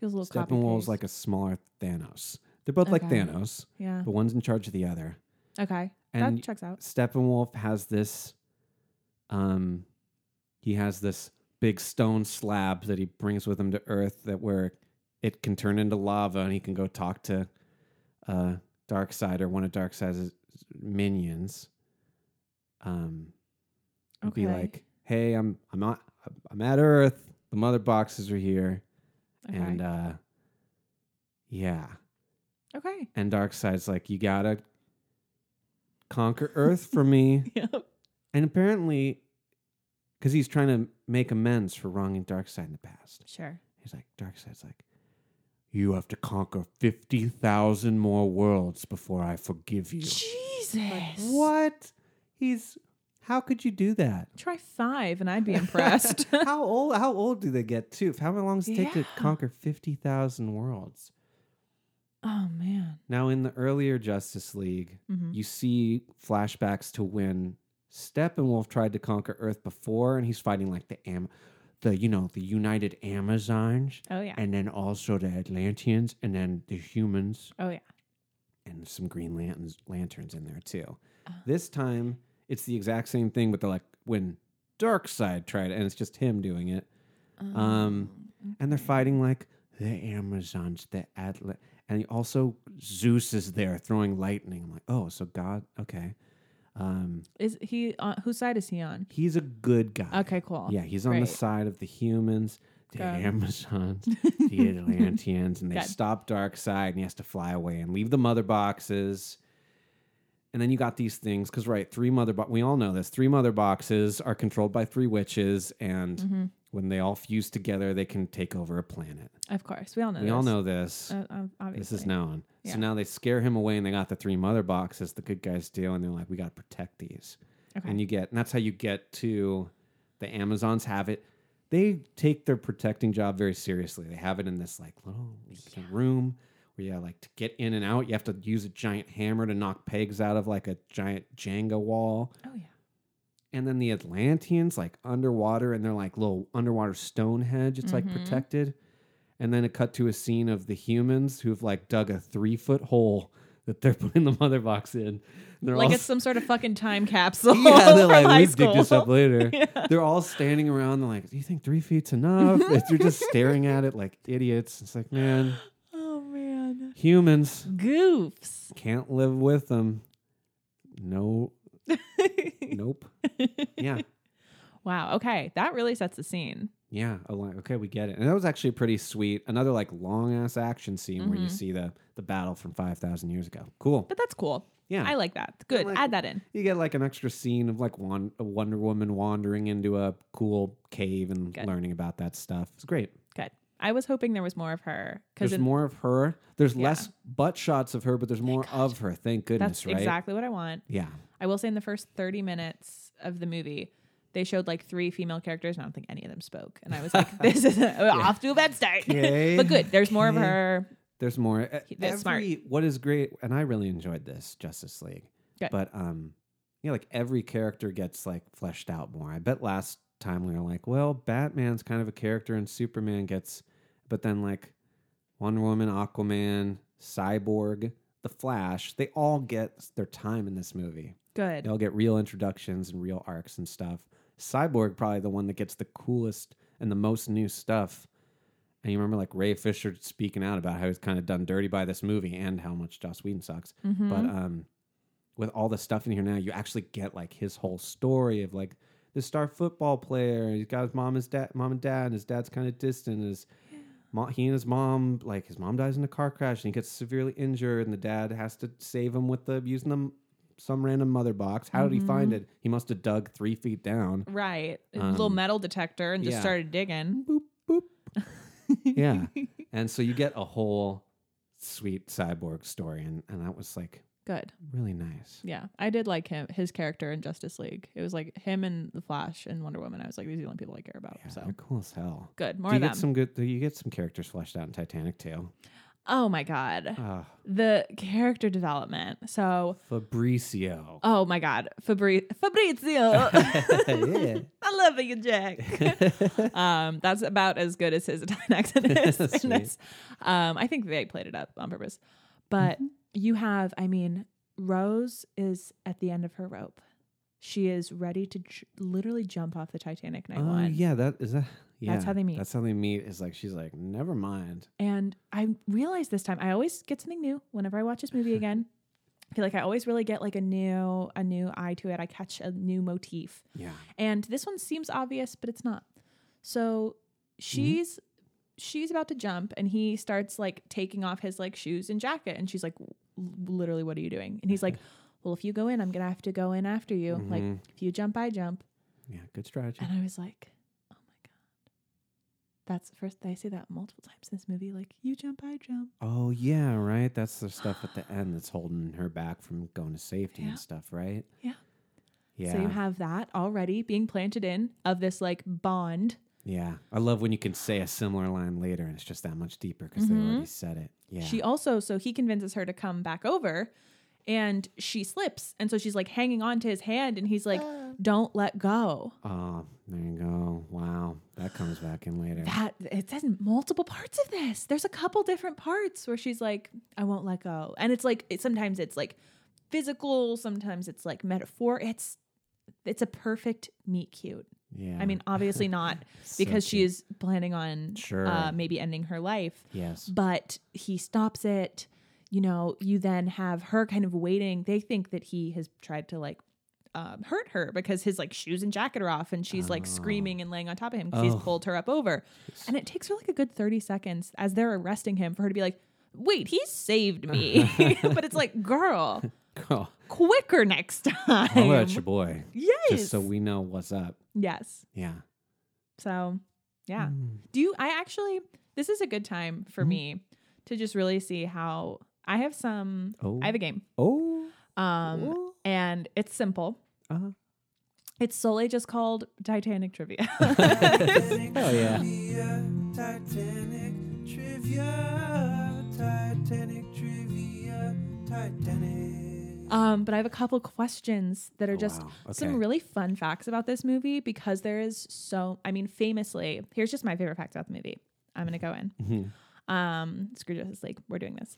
S1: Feels a little copy
S2: Steppenwolf's
S1: paste.
S2: like a smaller Thanos. They're both like
S1: Okay.
S2: Thanos,
S1: Yeah.
S2: but one's in charge of the other.
S1: Okay.
S2: And
S1: that checks out.
S2: Steppenwolf has this um he has this big stone slab that he brings with him to Earth that where it can turn into lava and he can go talk to uh Darkseid or one of Darkseid's minions. Um and be
S1: Okay.
S2: like, hey, I'm I'm not I'm at Earth. The mother boxes are here.
S1: Okay.
S2: And uh yeah.
S1: okay.
S2: And Darkseid's like, you gotta conquer Earth for me.
S1: Yep.
S2: And apparently, because he's trying to make amends for wronging Darkseid in the past,
S1: Sure.
S2: he's like, Darkseid's like, you have to conquer 50,000 more worlds before I forgive you.
S1: Jesus.
S2: What? He's, how could you do that?
S1: Try five and I'd be impressed.
S2: how old How old do they get too? How long does it take to
S1: Yeah.
S2: conquer 50,000 worlds?
S1: oh man.
S2: Now, in the earlier Justice League,
S1: hmm
S2: you see flashbacks to when Steppenwolf tried to conquer Earth before, and he's fighting like the Am, the you know the United Amazons,
S1: Oh yeah.
S2: and then also the Atlanteans, and then the humans,
S1: oh yeah.
S2: and some Green Lanterns lanterns in there too.
S1: Ah.
S2: This time, it's the exact same thing, but they're like when Darkseid tried, it, and it's just him doing it, Um, and they're fighting like the Amazons, the Atla, and also Zeus is there throwing lightning. I'm like, oh, so God, okay. Um,
S1: is he on whose side is he on?
S2: He's a good guy.
S1: Okay, cool.
S2: Yeah, he's on the
S1: Great.
S2: side of the humans, the
S1: Got it.
S2: Amazons, the Atlanteans, and they
S1: Got it.
S2: stop Darkseid and he has to fly away and leave the mother boxes. And then you got these things because, right, three mother bo- we all know this. Three mother boxes are controlled by three witches, and
S1: Mhm.
S2: when they all fuse together, they can take over a planet.
S1: Of course. We all know.
S2: we all
S1: this.
S2: know this.
S1: Uh, um, obviously.
S2: this is known.
S1: Yeah.
S2: So now they scare him away, and they got the three mother boxes. The good guys do, and they're like, "We got to protect these."
S1: Okay.
S2: and you get and that's how you get to the amazons have it they take their protecting job very seriously they have it in this like little room where you like to get in and out you have to use a giant hammer to knock pegs out of like a giant jenga wall
S1: oh yeah.
S2: and then the Atlanteans like underwater and they're like little underwater Stonehenge. It's
S1: Mm-hmm.
S2: like protected. And then it cut to a scene of the humans who've like dug a three foot hole that they're putting the mother box in. And they're
S1: like
S2: all
S1: it's some sort of fucking time capsule.
S2: yeah, they're
S1: from
S2: like,
S1: high
S2: we dig this
S1: school."
S2: up later. They're all standing around. They're like, do you think three feet's enough? They're just staring at it like idiots. It's like, man,
S1: Oh man,
S2: humans
S1: goofs.
S2: can't live with them. No, nope. Yeah,
S1: wow. Okay, that really sets the scene.
S2: yeah. I'm like, okay, we get it. And that was actually pretty sweet. Another like long ass action scene where you
S1: Mhm.
S2: see the the battle from five thousand years ago. Cool.
S1: But that's cool.
S2: Yeah,
S1: I like that. Good.
S2: like-
S1: Add that in.
S2: you get like an extra scene of like one a Wonder Woman wandering into a cool cave and
S1: Good.
S2: learning about that stuff. It's great.
S1: Good. I was hoping there was more of her because
S2: There's more of her. There's
S1: Yeah.
S2: less butt shots of her, but there's more of her. Thank goodness,
S1: that's
S2: right?
S1: exactly what I want.
S2: Yeah.
S1: I will say in the first 30 minutes of the movie, they showed like three female characters, and I don't think any of them spoke. And I was like, this is off to a bad start.
S2: Okay.
S1: but good. There's more of
S2: Okay.
S1: her.
S2: There's more. E-
S1: that's smart.
S2: What is great, and I really enjoyed this Justice League,
S1: Good.
S2: but um, yeah, like every character gets like fleshed out more. I bet last time we were like, well, Batman's kind of a character, and Superman gets, but then like Wonder Woman, Aquaman, Cyborg, The Flash, they all get their time in this movie.
S1: Good.
S2: They'll get real introductions and real arcs and stuff. Cyborg probably the one that gets the coolest and the most new stuff. And you remember like Ray Fisher speaking out about how he's kind of done dirty by this movie and how much Joss Whedon sucks.
S1: Mhm.
S2: But um, with all the stuff in here now, you actually get like his whole story of like the star football player. He's got his mom, his dad, mom and dad, and his dad's kind of distant. and His mo- he and his mom, like his mom dies in a car crash and he gets severely injured, and the dad has to save him with the using the m- some random mother box. How did he find it? He must have dug three feet down.
S1: right. a little
S2: um,
S1: metal detector and just
S2: yeah.
S1: started digging.
S2: Boop boop. yeah, and so you get a whole sweet cyborg story, and and that was like
S1: Good.
S2: really nice.
S1: Yeah. I did like him, his character in Justice League. It was like him and The Flash and Wonder Woman. I was like, these are the only people I care about.
S2: Yeah,
S1: so
S2: they're cool as hell.
S1: good. More
S2: do
S1: of
S2: you
S1: them.
S2: get some good? Do you get some characters fleshed out in Titanic too?
S1: oh my God.
S2: Ah,
S1: the character development. So,
S2: Fabricio.
S1: oh my God, Fabri- Fabrizio.
S2: Yeah.
S1: I love you, Jack.
S2: Uh,
S1: um, that's about as good as his Italian accent is. in
S2: Sweet.
S1: this. Um, I think they played it up on purpose. But
S2: Mm-hmm.
S1: you have, I mean, Rose is at the end of her rope. She is ready to j- literally jump off the Titanic night
S2: Oh
S1: one.
S2: yeah, that is that. Yeah,
S1: how they meet.
S2: That's how they meet. Is like she's like, never mind.
S1: And I realized this time I always get something new whenever I watch this movie again. I feel like I always really get like a new a new eye to it. I catch a new motif.
S2: Yeah,
S1: And this one seems obvious, but it's not. So she's she's about to jump and he starts like taking off his like shoes and jacket and she's like "L- literally what are you doing? And he's like, "Well, if you go in, I'm going to have to go in after you. Like
S2: Mhm.
S1: if you jump, I jump."
S2: yeah. Good strategy.
S1: And I was like, oh my God. That's the first, I say that multiple times in this movie. Like, you jump, I jump.
S2: Oh yeah, right. That's the stuff at the end that's holding her back from going to safety
S1: Yeah.
S2: and stuff, right?
S1: Yeah.
S2: Yeah.
S1: So you have that already being planted in of this like bond.
S2: yeah. I love when you can say a similar line later and it's just that much deeper because they already said it. Yeah.
S1: Mm-hmm. She also, so he convinces her to come back over and she slips. And so she's like hanging on to his hand and he's like, don't let go.
S2: oh, there you go. Wow. That comes back in later.
S1: That it says in multiple parts of this. There's a couple different parts where she's like, I won't let go. And it's like, it, sometimes it's like physical, sometimes it's like metaphor. It's, it's a perfect meet cute.
S2: Yeah.
S1: I mean, obviously not
S2: So
S1: because she
S2: cute.
S1: is planning on
S2: Sure.
S1: uh, maybe ending her life,
S2: Yes.
S1: but he stops it. You know, you then have her kind of waiting. They think that he has tried to like um, hurt her because his like shoes and jacket are off and she's like screaming and laying on top of him because
S2: Oh.
S1: he's pulled her up over. And it takes her like a good 30 seconds as they're arresting him for her to be like, wait, he saved me. but it's like, girl,
S2: Girl,
S1: quicker next time.
S2: how about your boy?
S1: yes.
S2: Just so we know what's up.
S1: yes.
S2: Yeah.
S1: So, yeah. Do you, I actually, this is a good time
S2: Mm-hmm.
S1: for me to just really see how I have some,
S2: Oh.
S1: I have a game.
S2: Oh.
S1: Um,
S2: Ooh.
S1: and it's simple.
S2: Uh-huh.
S1: It's solely just called Titanic trivia.
S2: Hell yeah.
S3: Titanic trivia, Titanic trivia, Titanic.
S1: Um, but I have a couple questions that are
S2: Oh,
S1: just
S2: wow.
S1: some
S2: Okay.
S1: really fun facts about this movie because there is so, I mean, famously, here's just my favorite fact about the movie. I'm going to go in.
S2: Mhm.
S1: Um, screw Justice League. We're doing this.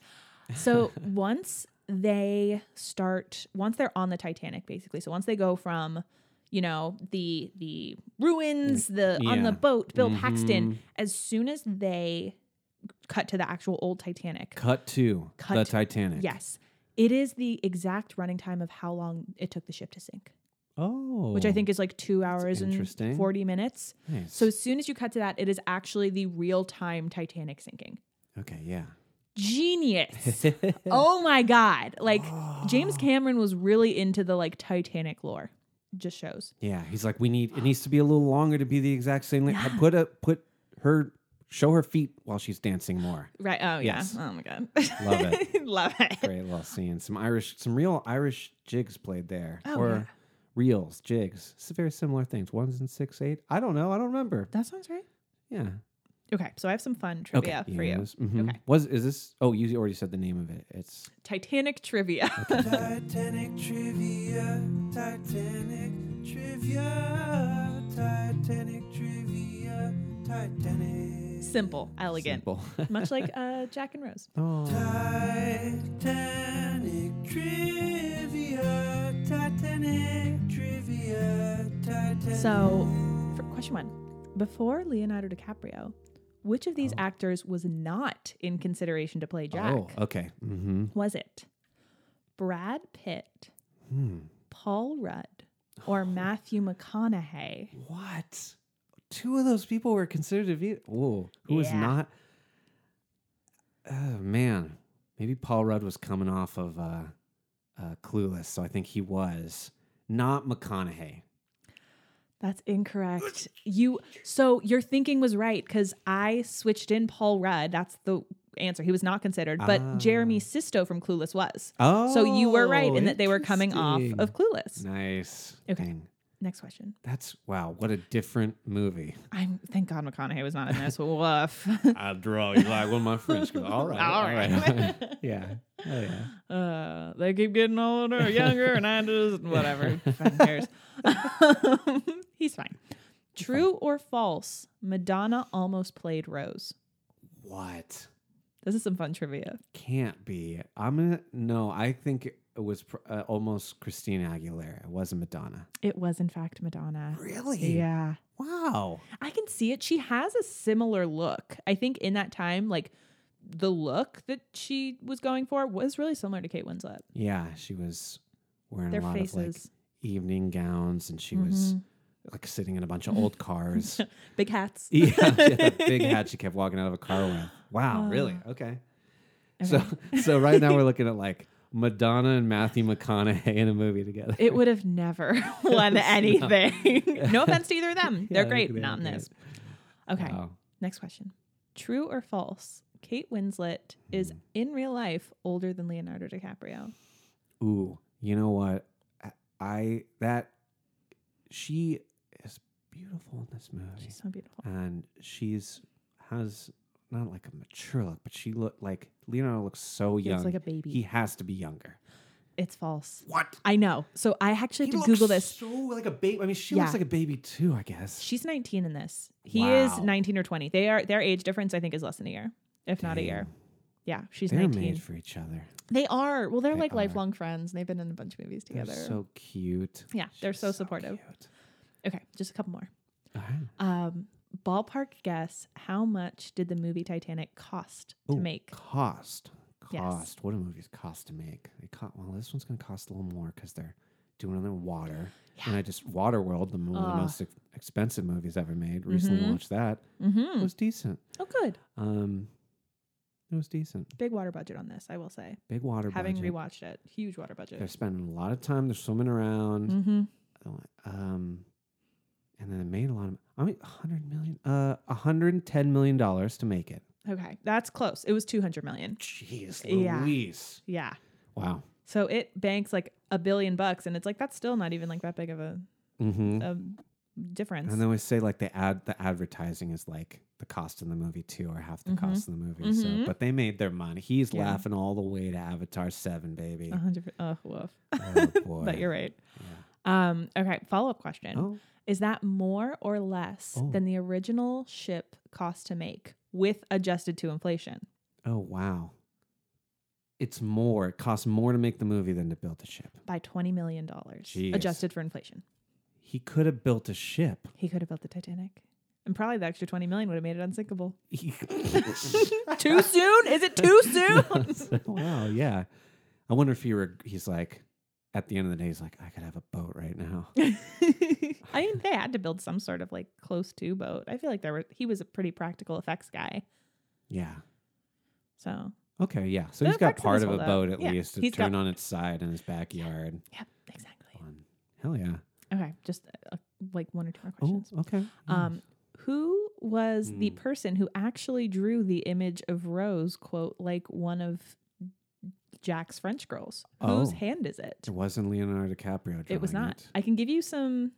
S1: So once they start, once they're on the Titanic, basically. So once they go from, you know, the the ruins, the on
S2: Mm, Yeah.
S1: the boat, Bill
S2: Mhm.
S1: Paxton. As soon as they cut to the actual old Titanic,
S2: Cut to the
S1: Cut.
S2: Titanic.
S1: yes, it is the exact running time of how long it took the ship to sink,
S2: Oh.
S1: which I think is like two hours
S2: interesting.
S1: and forty minutes.
S2: Nice.
S1: So as soon as you cut to that, it is actually the real time Titanic sinking.
S2: okay, yeah.
S1: Genius. oh my god like james cameron was really into the like titanic lore just shows
S2: Yeah, he's like, we need. It needs to be a little longer to be the exact same. length. Put a put her, show her feet while she's dancing more.
S1: right oh yeah
S2: Yes.
S1: oh my god
S2: Love it.
S1: love it
S2: Great little scene. Some Irish, some real Irish jigs played there,
S1: Oh,
S2: or
S1: yeah.
S2: reels, jigs. It's very similar things. Ones and six, eight. I don't know. I don't remember.
S1: that sounds right
S2: Yeah.
S1: okay so i have some fun trivia for you
S2: Yes, mhm.
S1: Okay.
S2: Was is this? Oh, you already said the name of it. It's
S1: titanic trivia
S3: Titanic trivia, Titanic trivia, Titanic trivia, Titanic.
S1: simple elegant
S2: simple.
S1: much like uh, jack and rose
S2: oh,
S3: Titanic trivia, Titanic trivia, Titanic.
S1: so for question one before leonardo dicaprio which of these actors was not in consideration to play jack
S2: oh, okay. Mm-hmm.
S1: was it brad pitt
S2: Hmm.
S1: Paul Rudd or Matthew McConaughey.
S2: What? Two of those people were considered to be. Whoa. Who was
S1: Yeah.
S2: not? Oh, man. Maybe Paul Rudd was coming off of uh, uh, Clueless, so I think he was. Not McConaughey.
S1: That's incorrect. You so your thinking was right because I switched in Paul Rudd. That's the answer. He was not considered, but
S2: Ah.
S1: Jeremy Sisto from Clueless was.
S2: Oh.
S1: so you were right in that they were coming off
S2: interesting.
S1: of Clueless.
S2: Nice.
S1: Okay.
S2: Dang.
S1: Next question.
S2: That's wow. What a different movie.
S1: I'm thank God McConaughey was not in this. Woof.
S2: I draw you like one of my friends. goes, All right.
S1: All right.
S2: yeah. Oh, yeah.
S1: uh, they keep getting older, younger, and I just whatever. Fucking cares. He's fine. True or false? Madonna almost played Rose.
S2: What?
S1: This is some fun trivia.
S2: Can't be. I'm gonna no. I think it was pr- uh, almost Christina Aguilera. It wasn't Madonna.
S1: It was, in fact, Madonna.
S2: Really?
S1: Yeah.
S2: Wow.
S1: I can see it. She has a similar look. I think in that time, like the look that she was going for was really similar to Kate Winslet.
S2: Yeah, she was wearing
S1: Their
S2: a lot of like
S1: faces, Mm-hmm.
S2: evening gowns, and she was like sitting in a bunch of old cars.
S1: big hats.
S2: yeah, she had that big hat she kept walking out of a car with. Wow,
S1: Oh.
S2: really? Okay.
S1: Okay.
S2: So, so right now we're looking at like Madonna and Matthew McConaughey in a movie together.
S1: It would have never won anything. no offense to either of them. They're
S2: Yeah,
S1: great.
S2: they're
S1: Not in
S2: great.
S1: this. Okay.
S2: Wow.
S1: Next question. True or false? Kate Winslet is in real life older than Leonardo DiCaprio.
S2: Ooh, you know what? I- I that she is beautiful in this movie,
S1: She's so beautiful.
S2: and she's has not like a mature look, but she looked like Leonardo looks so
S1: He
S2: young.
S1: looks like a baby.
S2: He has to be younger.
S1: it's false.
S2: What?
S1: I know. So I actually
S2: He
S1: had to
S2: looks
S1: Google this.
S2: So like a baby. I mean, she
S1: Yeah.
S2: looks like a baby too. I guess.
S1: She's 19 in this. He is
S2: Wow.
S1: 19 or 20. They are their age difference. I think is less than a year, if not a year. Yeah, she's
S2: They're
S1: 19.
S2: made for each other.
S1: They are. Well, they're
S2: They
S1: like
S2: are.
S1: lifelong friends. They've been in a bunch of movies
S2: They're
S1: together.
S2: so cute.
S1: yeah, they're
S2: She's
S1: so supportive.
S2: cute. Uh-huh.
S1: Okay, just a couple more.
S2: All right.
S1: Um, ballpark guess: How much did the movie Titanic cost to
S2: Ooh,
S1: make?
S2: cost
S1: Yes.
S2: cost what do movies cost to make they cost well this one's going to cost a little more because they're doing it in water and i just waterworld the, one of the
S1: Ugh.
S2: most ex- expensive movies ever made recently
S1: Mhm.
S2: watched that it
S1: Mm-hmm.
S2: was decent
S1: Oh, good.
S2: um it was decent
S1: Big water budget on this, I will say.
S2: big water
S1: Having
S2: budget
S1: rewatched it, huge water
S2: they're
S1: budget.
S2: spending a lot of time they're swimming around
S1: Mm-hmm.
S2: um and then they made a lot of i mean 100 million uh 110 million dollars to make it
S1: Okay, that's close. It was 200 million.
S2: jeez
S1: Yeah.
S2: louise
S1: Yeah.
S2: wow
S1: So it banks like a billion bucks, and it's like that's still not even like that big of a
S2: mm-hmm.
S1: a difference.
S2: And they always say like the ad the advertising is like the cost of the movie too, or half the
S1: Mhm.
S2: cost of the movie. So,
S1: Mhm.
S2: but they made their money. He's
S1: Yeah.
S2: laughing all the way to Avatar Seven, baby.
S1: A hundred. per- Oh, woof.
S2: Oh boy.
S1: But you're right.
S2: Yeah.
S1: Um. Okay. Follow up question:
S2: Oh,
S1: Is that more or less
S2: Oh.
S1: than the original ship cost to make with adjusted to inflation?
S2: oh wow. It's more. It costs more to make the movie than to build the ship.
S1: by twenty million dollars,
S2: Jeez.
S1: adjusted for inflation.
S2: He could have built a ship.
S1: He could have built the Titanic, and probably the extra twenty million would have made it unsinkable.
S2: He-
S1: too soon? Is it too soon?
S2: wow. Yeah. I wonder if he were. He's like, at the end of the day, he's like, I could have a boat right now.
S1: I mean, they had to build some sort of like close to boat. I feel like there were he was a pretty practical effects guy,
S2: Yeah.
S1: so
S2: Okay, yeah. So
S1: That
S2: he's got
S1: affects him
S2: part
S1: as
S2: of a
S1: well, though.
S2: boat at
S1: Yeah,
S2: least to
S1: he's got-
S2: turn on its side in his backyard.
S1: yep, exactly.
S2: Um, Hell yeah.
S1: Okay, just uh, like one or two more
S2: Oh,
S1: questions.
S2: okay.
S1: Um, who was the
S2: Mm.
S1: person who actually drew the image of Rose? Quote like one of Jack's French girls. Whose
S2: Oh.
S1: hand is it?
S2: it wasn't Leonardo DiCaprio.
S1: It was
S2: drawing
S1: not. I can give you some.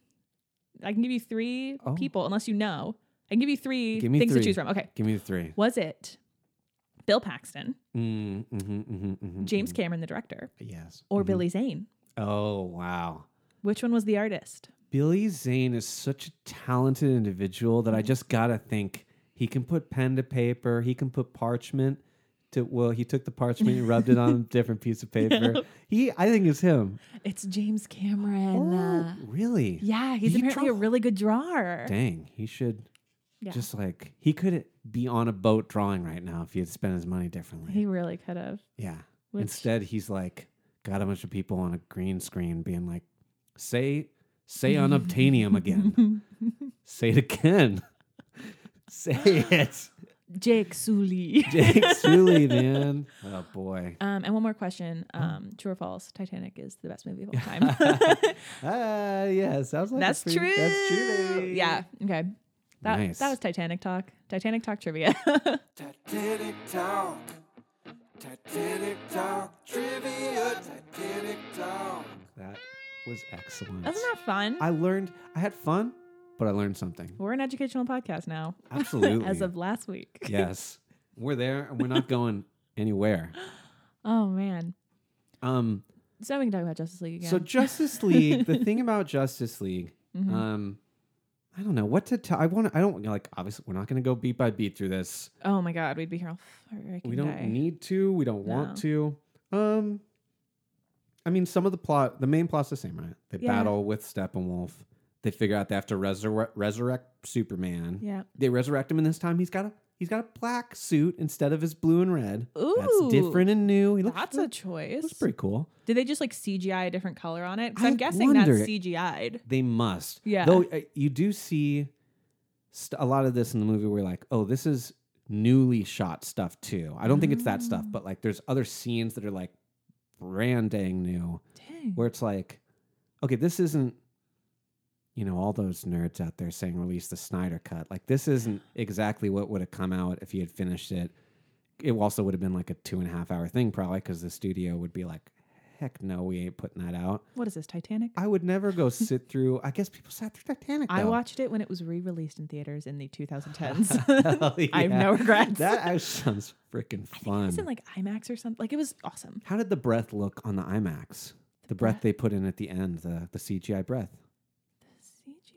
S1: I can give you three
S2: Oh.
S1: people, unless you know. I can give you three
S2: Give me
S1: things
S2: three.
S1: to choose from. Okay.
S2: Give me the three.
S1: Was it Bill Paxton,
S2: Mm, hmm hmm hmm
S1: James Cameron, the director,
S2: Yes.
S1: or
S2: mhm.
S1: Billy Zane?
S2: Oh wow.
S1: Which one was the artist?
S2: Billy Zane is such a talented individual
S1: Mm-hmm.
S2: that I just gotta think he can put pen to paper. He can put parchment to well. He took the parchment and rubbed it on a different piece of paper. He, I think, it's him.
S1: It's James Cameron. uh,
S2: oh, really?
S1: yeah, he's
S2: he
S1: apparently
S2: draw-
S1: a really good drawer.
S2: Dang, he should
S1: Yeah.
S2: just like he could be on a boat drawing right now if he had spent his money differently.
S1: He really could have.
S2: yeah.
S1: Which-
S2: Instead, he's like got a bunch of people on a green screen being like, "Say, say unobtainium again. say it again. say it."
S1: Jake Sully.
S2: Jake Sully, man. Oh boy.
S1: Um, and one more question. Um, True or false? Titanic is the best movie of all time.
S2: Ah, yeah. Sounds like a
S1: That's
S2: pretty-
S1: true.
S2: That's true. baby.
S1: Yeah. Okay. That,
S2: Nice.
S1: that was Titanic talk. Titanic talk trivia.
S3: Titanic talk. Titanic talk trivia. Titanic talk.
S2: That was excellent.
S1: Wasn't that fun?
S2: I learned. I had fun, but I learned something.
S1: We're an educational podcast now,
S2: Absolutely.
S1: as of last week.
S2: yes we're there and we're not going anywhere
S1: Oh man.
S2: um
S1: So we can talk about Justice League again.
S2: so justice league the thing about justice league
S1: Mhm.
S2: um i don't know what to tell i want to i don't like obviously we're not going to go beat by beat through this
S1: oh my God, we'd be here all freaking
S2: we don't
S1: day.
S2: need to we don't
S1: No.
S2: want to um i mean some of the plot the main plot's the same right they
S1: Yeah.
S2: battle with steppenwolf they figure out they have to resurrect resurrect superman
S1: yeah.
S2: they resurrect him and this time he's got a he's got a black suit instead of his blue and red
S1: Ooh,
S2: that's different and new he looks
S1: That's a choice.
S2: That's pretty cool.
S1: Did they just like CGI a different color on it? 'Cause
S2: I
S1: I'm guessing
S2: wonder-
S1: that's CGI'd.
S2: They must.
S1: Yeah.
S2: Though uh, you do see st- a lot of this in the movie where like, oh, this is newly shot stuff too. I don't think it's that stuff, but like there's other scenes that are like brand dang new
S1: Dang.
S2: where it's like, okay, this isn't you know, all those nerds out there saying release the Snyder cut. Like this isn't exactly what would have come out if he had finished it. It also would have been like a two and a half hour thing probably because the studio would be like, heck no, we ain't putting that out.
S1: What is this, Titanic? I,
S2: I would never go sit through. I guess people sat through Titanic. though.
S1: watched it when it was re released in theaters in the 2010s.
S2: Hell
S1: I have
S2: yeah.
S1: no regrets.
S2: That actually sounds freaking
S1: I think it was in
S2: fun.
S1: like IMAX or something. Like it was awesome.
S2: How did the breath look on the IMAX? The breath
S1: breath?
S2: they put in at the end, the the CGI breath.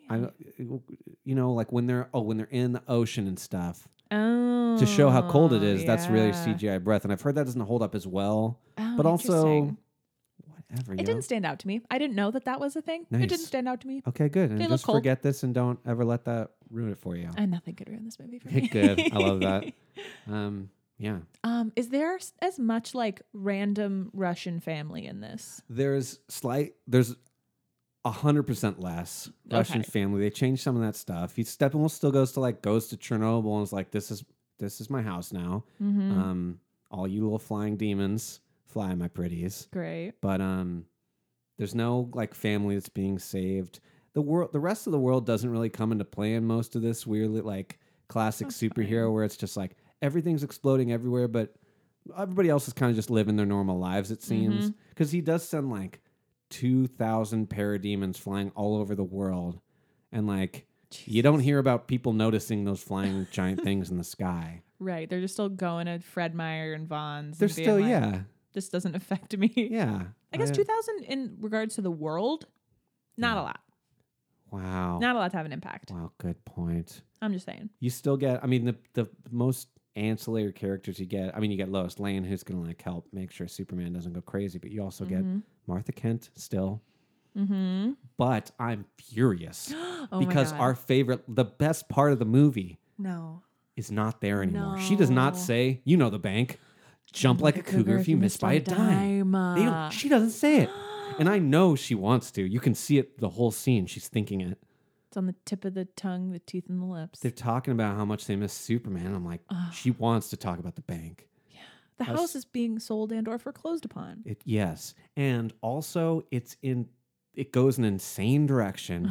S2: I,
S1: CGI.
S2: you know, like when they're oh when they're in the ocean and stuff
S1: oh,
S2: to show how cold it is. That's really
S1: yeah.
S2: CGI breath, and I've heard that doesn't hold up as well.
S1: Oh,
S2: but also,
S1: interesting.
S2: whatever.
S1: it didn't stand out to me. I didn't know that that was a thing. It
S2: Nice.
S1: didn't stand out to me,
S2: Okay, good. And
S1: They look
S2: just
S1: cold.
S2: forget this, and don't ever let that ruin it for you.
S1: and nothing could ruin this movie for me.
S2: good. I love that. Um, yeah.
S1: Um, is there s- as much like random Russian family in this?
S2: there's slight there's a hundred percent less Russian
S1: Okay.
S2: family. They changed some of that stuff. He Steppenwolf still goes to like goes to Chernobyl and is like, this is this is my house now.
S1: Mm-hmm.
S2: Um, all you little flying demons, fly my pretties.
S1: Great.
S2: But um, there's no like family that's being saved. The world, the rest of the world doesn't really come into play in most of this weirdly like classic
S1: That's
S2: superhero where it's just like everything's exploding everywhere, but everybody else is kind of just living their normal lives. It seems
S1: Mm-hmm.
S2: because he does send like two thousand parademons flying all over the world, and like you don't hear about people noticing those flying giant things in the sky.
S1: Right. They're just still going to Fred Meyer and Vaughn's.
S2: They're
S1: and being
S2: still
S1: like,
S2: yeah
S1: This doesn't affect me.
S2: yeah.
S1: I guess 2000 in regards to the world, not a lot.
S2: Wow.
S1: Not a lot to have an impact.
S2: Wow. Good point.
S1: I'm just saying.
S2: You still get. I mean, the the most ancillary characters you get. I mean, you get Lois Lane, who's gonna like help make sure Superman doesn't go crazy, but you also get Martha Kent still.
S1: Mm-hmm.
S2: But I'm furious
S1: Oh
S2: because
S1: my God.
S2: our favorite, the best part of the movie,
S1: no.
S2: is not there anymore. She does not
S1: No.
S2: say, "You know the bank, jump like a cougar if you miss by a dime." They don't- she doesn't say it. And I know she wants to. You can see it the whole scene. She's thinking it.
S1: It's on the tip of the tongue, the teeth, and the lips.
S2: They're talking about how much they miss Superman. I'm like, she wants to talk about the bank.
S1: the house is being sold and/or foreclosed upon.
S2: It yes. And also it's in it goes an insane direction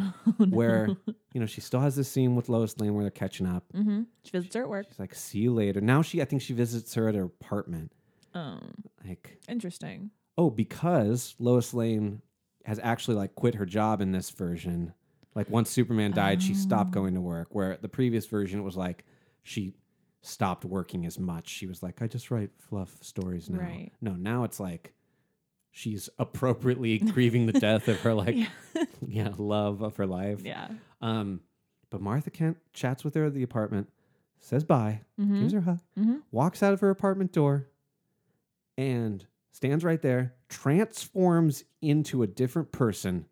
S2: where you know she still has this scene with Lois Lane where they're catching up.
S1: Mm-hmm. She visits her at work.
S2: She's like, see you later. Now she I think she visits her at her apartment.
S1: Um,
S2: Like
S1: interesting.
S2: oh, because Lois Lane has actually like quit her job in this version. Like once Superman died, she
S1: Oh.
S2: stopped going to work. Where the previous version it was like she stopped working as much. She was like, I just write fluff stories now.
S1: Right.
S2: No, now it's like she's appropriately grieving the death of her like yeah. love of her life.
S1: Yeah.
S2: Um, but Martha Kent chats with her at the apartment, says bye, gives her a hug,
S1: Mhm.
S2: walks out of her apartment door, and stands right there, transforms into a different person,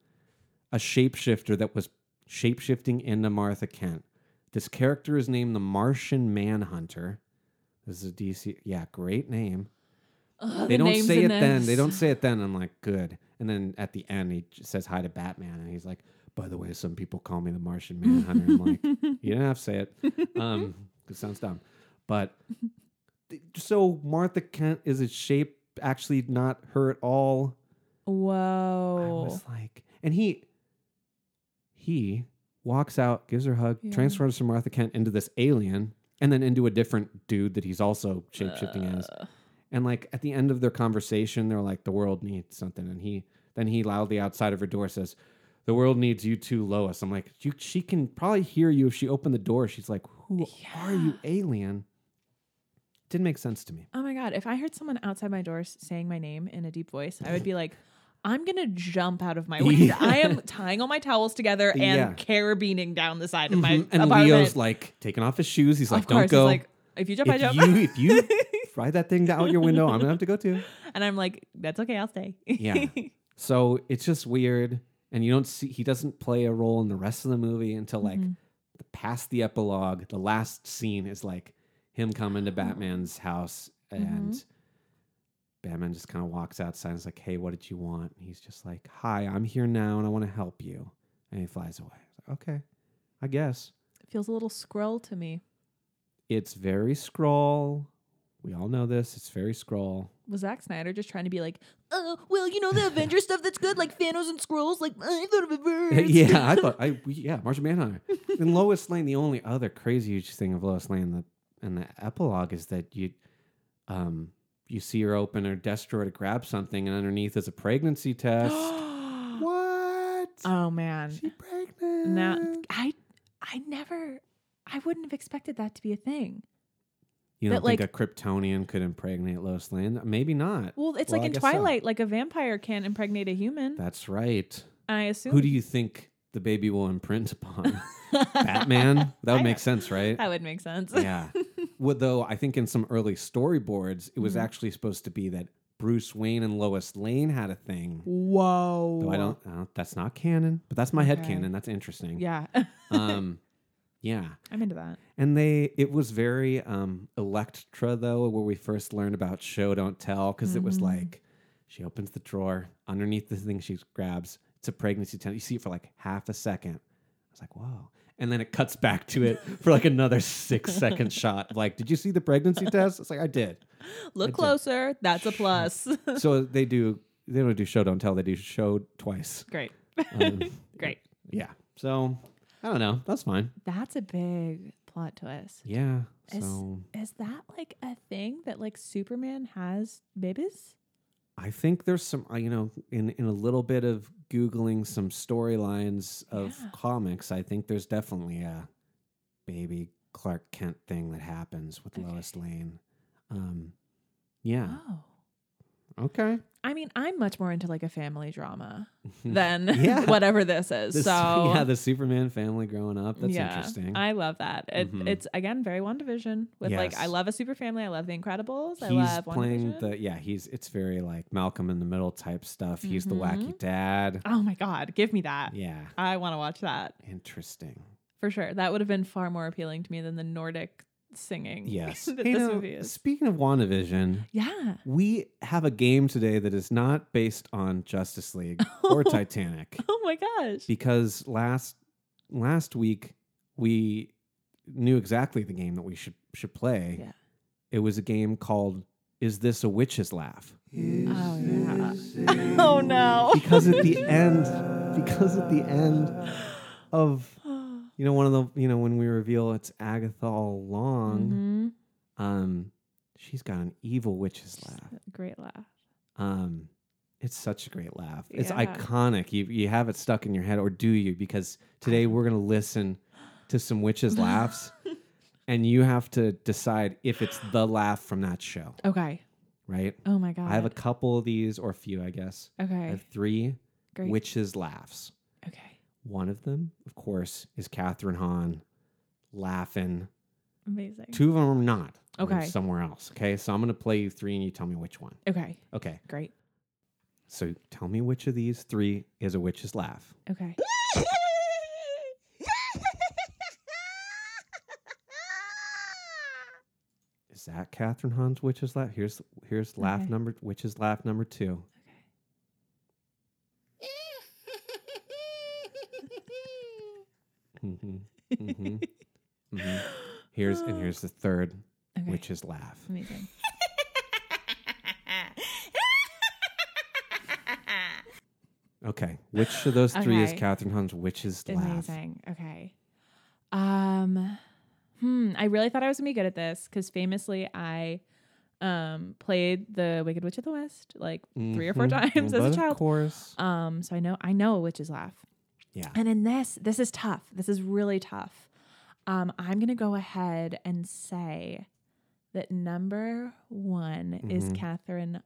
S2: a shapeshifter that was shapeshifting into Martha Kent. This character is named the Martian Manhunter. This is a DC. Yeah, great name they don't say it then. They don't say it then. I'm like, good. And then at the end, he j- says hi to Batman, and he's like, by the way, some people call me the Martian Manhunter. I'm like, you didn't have to say it. Um, 'cause it sounds dumb. But th- so Martha Kent is a shape actually not her at all. I
S1: Whoa.
S2: was like, and he he walks out, gives her a hug,
S1: Yeah.
S2: transforms from Martha Kent into this alien, and then into a different dude that he's also shapeshifting shifting as. And like at the end of their conversation, they're like, "The world needs something," and he then he loudly outside of her door says, "The world needs you too, Lois." I'm like, you, "She can probably hear you if she opened the door." She's like, "Who are you, alien?" Didn't make sense to me.
S1: Oh my god! If I heard someone outside my door s- saying my name in a deep voice, I would be like. I'm gonna jump out of my window. I am tying all my towels together and
S2: Yeah.
S1: carabining down the side of my
S2: Mhm. and
S1: apartment.
S2: Leo's like taking off his shoes. He's like,
S1: of
S2: "Don't
S1: course,
S2: go."
S1: it's like if you jump, I
S2: if
S1: jump,
S2: you if you ride that thing out your window, I'm gonna have to go too.
S1: and I'm like, that's okay, I'll stay.
S2: Yeah. So it's just weird, and you don't see he doesn't play a role in the rest of the movie until like
S1: Mm-hmm.
S2: the, past the epilogue. The last scene is like him coming to Batman's house, and Batman just kind of walks outside and is like, "Hey, what did you want?" And he's just like, "Hi, I'm here now, and I want to help you." And he flies away. It's like, okay, I guess
S1: It feels a little scroll to me.
S2: it's very scroll. We all know this. It's very scroll.
S1: Was Zack Snyder just trying to be like, uh, well, you know, the Avengers stuff that's good, like Thanos and Scrolls, like I thought of it first.
S2: yeah, I thought I we- yeah, Martian Manhunter. and Lois Lane, the only other crazy huge thing of Lois Lane in the in the epilogue is that you um you see her open her desk drawer to grab something and underneath is a pregnancy test. what?
S1: Oh man,
S2: she pregnant.
S1: now I, I never, I wouldn't have expected that to be a thing.
S2: you don't
S1: that,
S2: think
S1: like-
S2: a Kryptonian could impregnate Lois Lane? Maybe not.
S1: Well, it's
S2: Well, I
S1: like in
S2: guess so.
S1: Twilight, like a vampire can't impregnate a human.
S2: That's right.
S1: I assume
S2: Who do you think the baby will imprint upon? Batman? That would
S1: I-
S2: make sense, right?
S1: that would make sense.
S2: yeah. Well, though I think in some early storyboards, it was
S1: Mm-hmm.
S2: actually supposed to be that Bruce Wayne and Lois Lane had a thing.
S1: Whoa.
S2: Though I don't. I don't- that's not canon, but that's my head
S1: Okay.
S2: canon. That's interesting.
S1: Yeah,
S2: Um, yeah.
S1: I'm into that.
S2: And they. It was very um Electra though, where we first learned about show don't tell, because it was like she opens the drawer underneath the thing she grabs. It's a pregnancy test. You see it for like half a second. I was like, whoa. And then it cuts back to it for like another six second shot. Like, did you see the pregnancy test? It's like, I did.
S1: Look closer. That's a plus.
S2: So they do, they don't do show, don't tell. They do show twice.
S1: Great.
S2: Um,
S1: Great.
S2: yeah. So I don't know. That's fine.
S1: That's a big plot twist.
S2: Yeah.
S1: Is-
S2: So
S1: Is that like a thing that like Superman has babies?
S2: I think there's some, uh, you know, in in a little bit of googling some storylines of
S1: Yeah.
S2: comics, I think there's definitely a baby Clark Kent thing that happens with
S1: Okay.
S2: Lois Lane. Um, yeah.
S1: Oh.
S2: Okay.
S1: I mean, I'm much more into like a family drama than
S2: Mm. Yeah.
S1: whatever this is.
S2: The-
S1: so
S2: yeah, the Superman family growing up. That's
S1: Yeah,
S2: interesting.
S1: I love that. It,
S2: Mhm.
S1: It's again very One Division with like
S2: Yes.
S1: I love a super family. I love the Incredibles. I
S2: he's
S1: love One
S2: playing the yeah. He's it's very like Malcolm in the Middle type stuff. He's the
S1: Mm-hmm.
S2: wacky dad.
S1: Oh my god, give me that!
S2: Yeah.
S1: I want to watch that
S2: Interesting.
S1: for sure. That would have been far more appealing to me than the Nordic singing.
S2: Yes.
S1: that
S2: Hey,
S1: this
S2: now,
S1: movie is.
S2: Speaking of WandaVision,
S1: Yeah.
S2: we have a game today that is not based on Justice League or Titanic
S1: Oh my gosh.
S2: because last last week we knew exactly the game that we should should play.
S1: Yeah.
S2: It was a game called "Is This a Witch's Laugh?"
S1: Oh yeah. oh no.
S2: Because at the end, because at the end of you know one of the you know when we reveal it's Agatha all along,
S1: Mhm.
S2: um, she's got an evil witch's laugh.
S1: Great laugh.
S2: Um, it's such a great laugh. It's
S1: Yeah.
S2: iconic. You you have it stuck in your head, or do you? Because today we're gonna listen to some witches' laughs, and you have to decide if it's the laugh from that show,
S1: Okay.
S2: right?
S1: Oh my god.
S2: I have a couple of these, or a few, I guess. I
S1: okay.
S2: have three
S1: Great.
S2: witches' laughs.
S1: okay.
S2: One of them, of course, is Catherine Hahn laughing.
S1: Amazing.
S2: Two of them are not. They're
S1: Okay.
S2: somewhere else. Okay, so I'm gonna play you three, and you tell me which one.
S1: Okay.
S2: Okay.
S1: Great.
S2: So tell me which of these three is a witch's laugh.
S1: Okay.
S2: Is that Catherine Hahn's witch's laugh? Here's here's laugh
S1: Okay.
S2: number witch's laugh number two.
S1: Okay.
S2: hmm hmm hmm Here's and here's the third
S1: Okay.
S2: witch's laugh.
S1: Amazing.
S2: Okay, which of those three is
S1: Okay.
S2: Catherine Hahn's witch's laugh?
S1: Amazing. Okay. Um, hmm. I really thought I was gonna be good at this because famously I um played the Wicked Witch of the West like three or four
S2: Mhm.
S1: times
S2: But
S1: as a
S2: of
S1: child.
S2: course.
S1: Um, so I know I know a witch's laugh.
S2: Yeah.
S1: And in this, this is tough. This is really tough. Um, I'm gonna go ahead and say that number one is
S2: Mhm.
S1: Catherine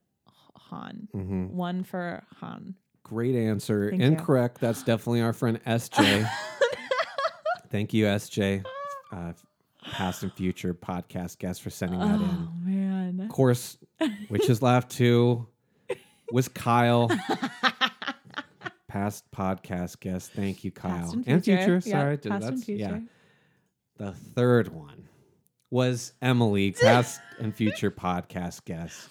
S1: Hahn.
S2: hmm
S1: One for Hahn.
S2: Great answer.
S1: Thank you.
S2: Incorrect. That's definitely our friend SJ. Thank you, SJ, uh, past and future podcast guest for sending that in.
S1: Oh man.
S2: Of course, Witches Laugh 2 was Kyle. Past podcast guest. Thank you, Kyle.
S1: Past and
S2: future.
S1: future. Yeah,
S2: Sorry. did-
S1: past and
S2: that's- yeah.
S1: future.
S2: The third one was Emily, past and future podcast guest.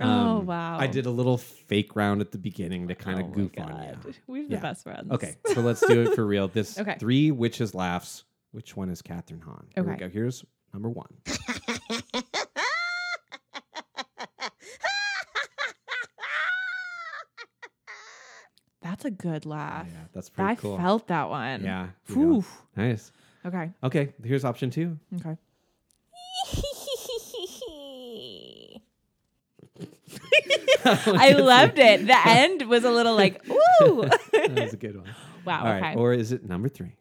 S1: oh
S2: Um,
S1: wow.
S2: I did a little fake round at the beginning to kind
S1: Oh
S2: of
S1: my
S2: goof on you.
S1: God. We've
S2: Yeah.
S1: the best friends.
S2: Okay, so let's do it for real. This
S1: Okay.
S2: three witches laughs. Which one is Catherine Hahn? Here we
S1: Okay.
S2: go. Here's number one.
S1: That's a good laugh.
S2: Yeah, that's pretty
S1: I
S2: cool.
S1: felt that one.
S2: yeah. you go.
S1: Whew.
S2: Nice.
S1: Okay.
S2: Okay, here's option two.
S1: Okay. I loved it. The end was a little like, ooh.
S2: That was a good one.
S1: wow.
S2: All right,
S1: okay.
S2: or is it number three?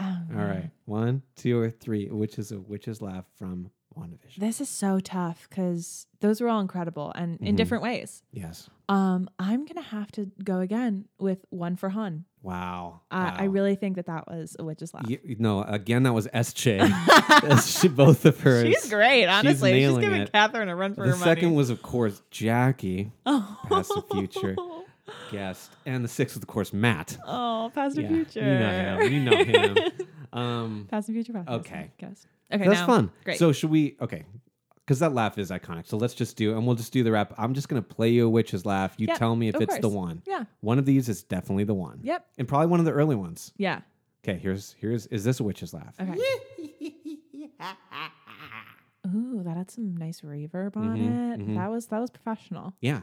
S1: Oh,
S2: All right, one, two, or three. Which is a witch's laugh from WandaVision?
S1: This is so tough because those were all incredible and in
S2: Mhm.
S1: different ways.
S2: Yes.
S1: Um, I'm gonna have to go again with one for Han.
S2: Wow.
S1: Uh, I
S2: Wow.
S1: really think that that was a witch's laugh.
S2: You, no, again, that was SJ. That's- she- both of her.
S1: She's great, honestly. She's,
S2: nailing
S1: giving
S2: it.
S1: Catherine a run for
S2: The
S1: her
S2: second
S1: money.
S2: was, of course, Jackie,
S1: Oh.
S2: past the future. guest, and the sixth was, of course, Matt.
S1: Oh, past and
S2: Yeah,
S1: future.
S2: You know him. You know him. Um,
S1: past and future. Past and
S2: Okay.
S1: future, guess. Okay.
S2: that's
S1: now-
S2: fun.
S1: Great.
S2: So should we? Okay, because that laugh is iconic. So let's just do, and we'll just do the rap. I'm just gonna play you a witch's laugh. You
S1: Yeah,
S2: tell me if
S1: of
S2: it's the
S1: course.
S2: one.
S1: yeah.
S2: One of these is definitely the one.
S1: Yep.
S2: And probably one of the early ones.
S1: Yeah.
S2: Okay, here's here's is this a witch's laugh?
S1: Okay. Ooh, that had some nice reverb on
S2: Mhm,
S1: it.
S2: mhm.
S1: That was that was professional.
S2: Yeah,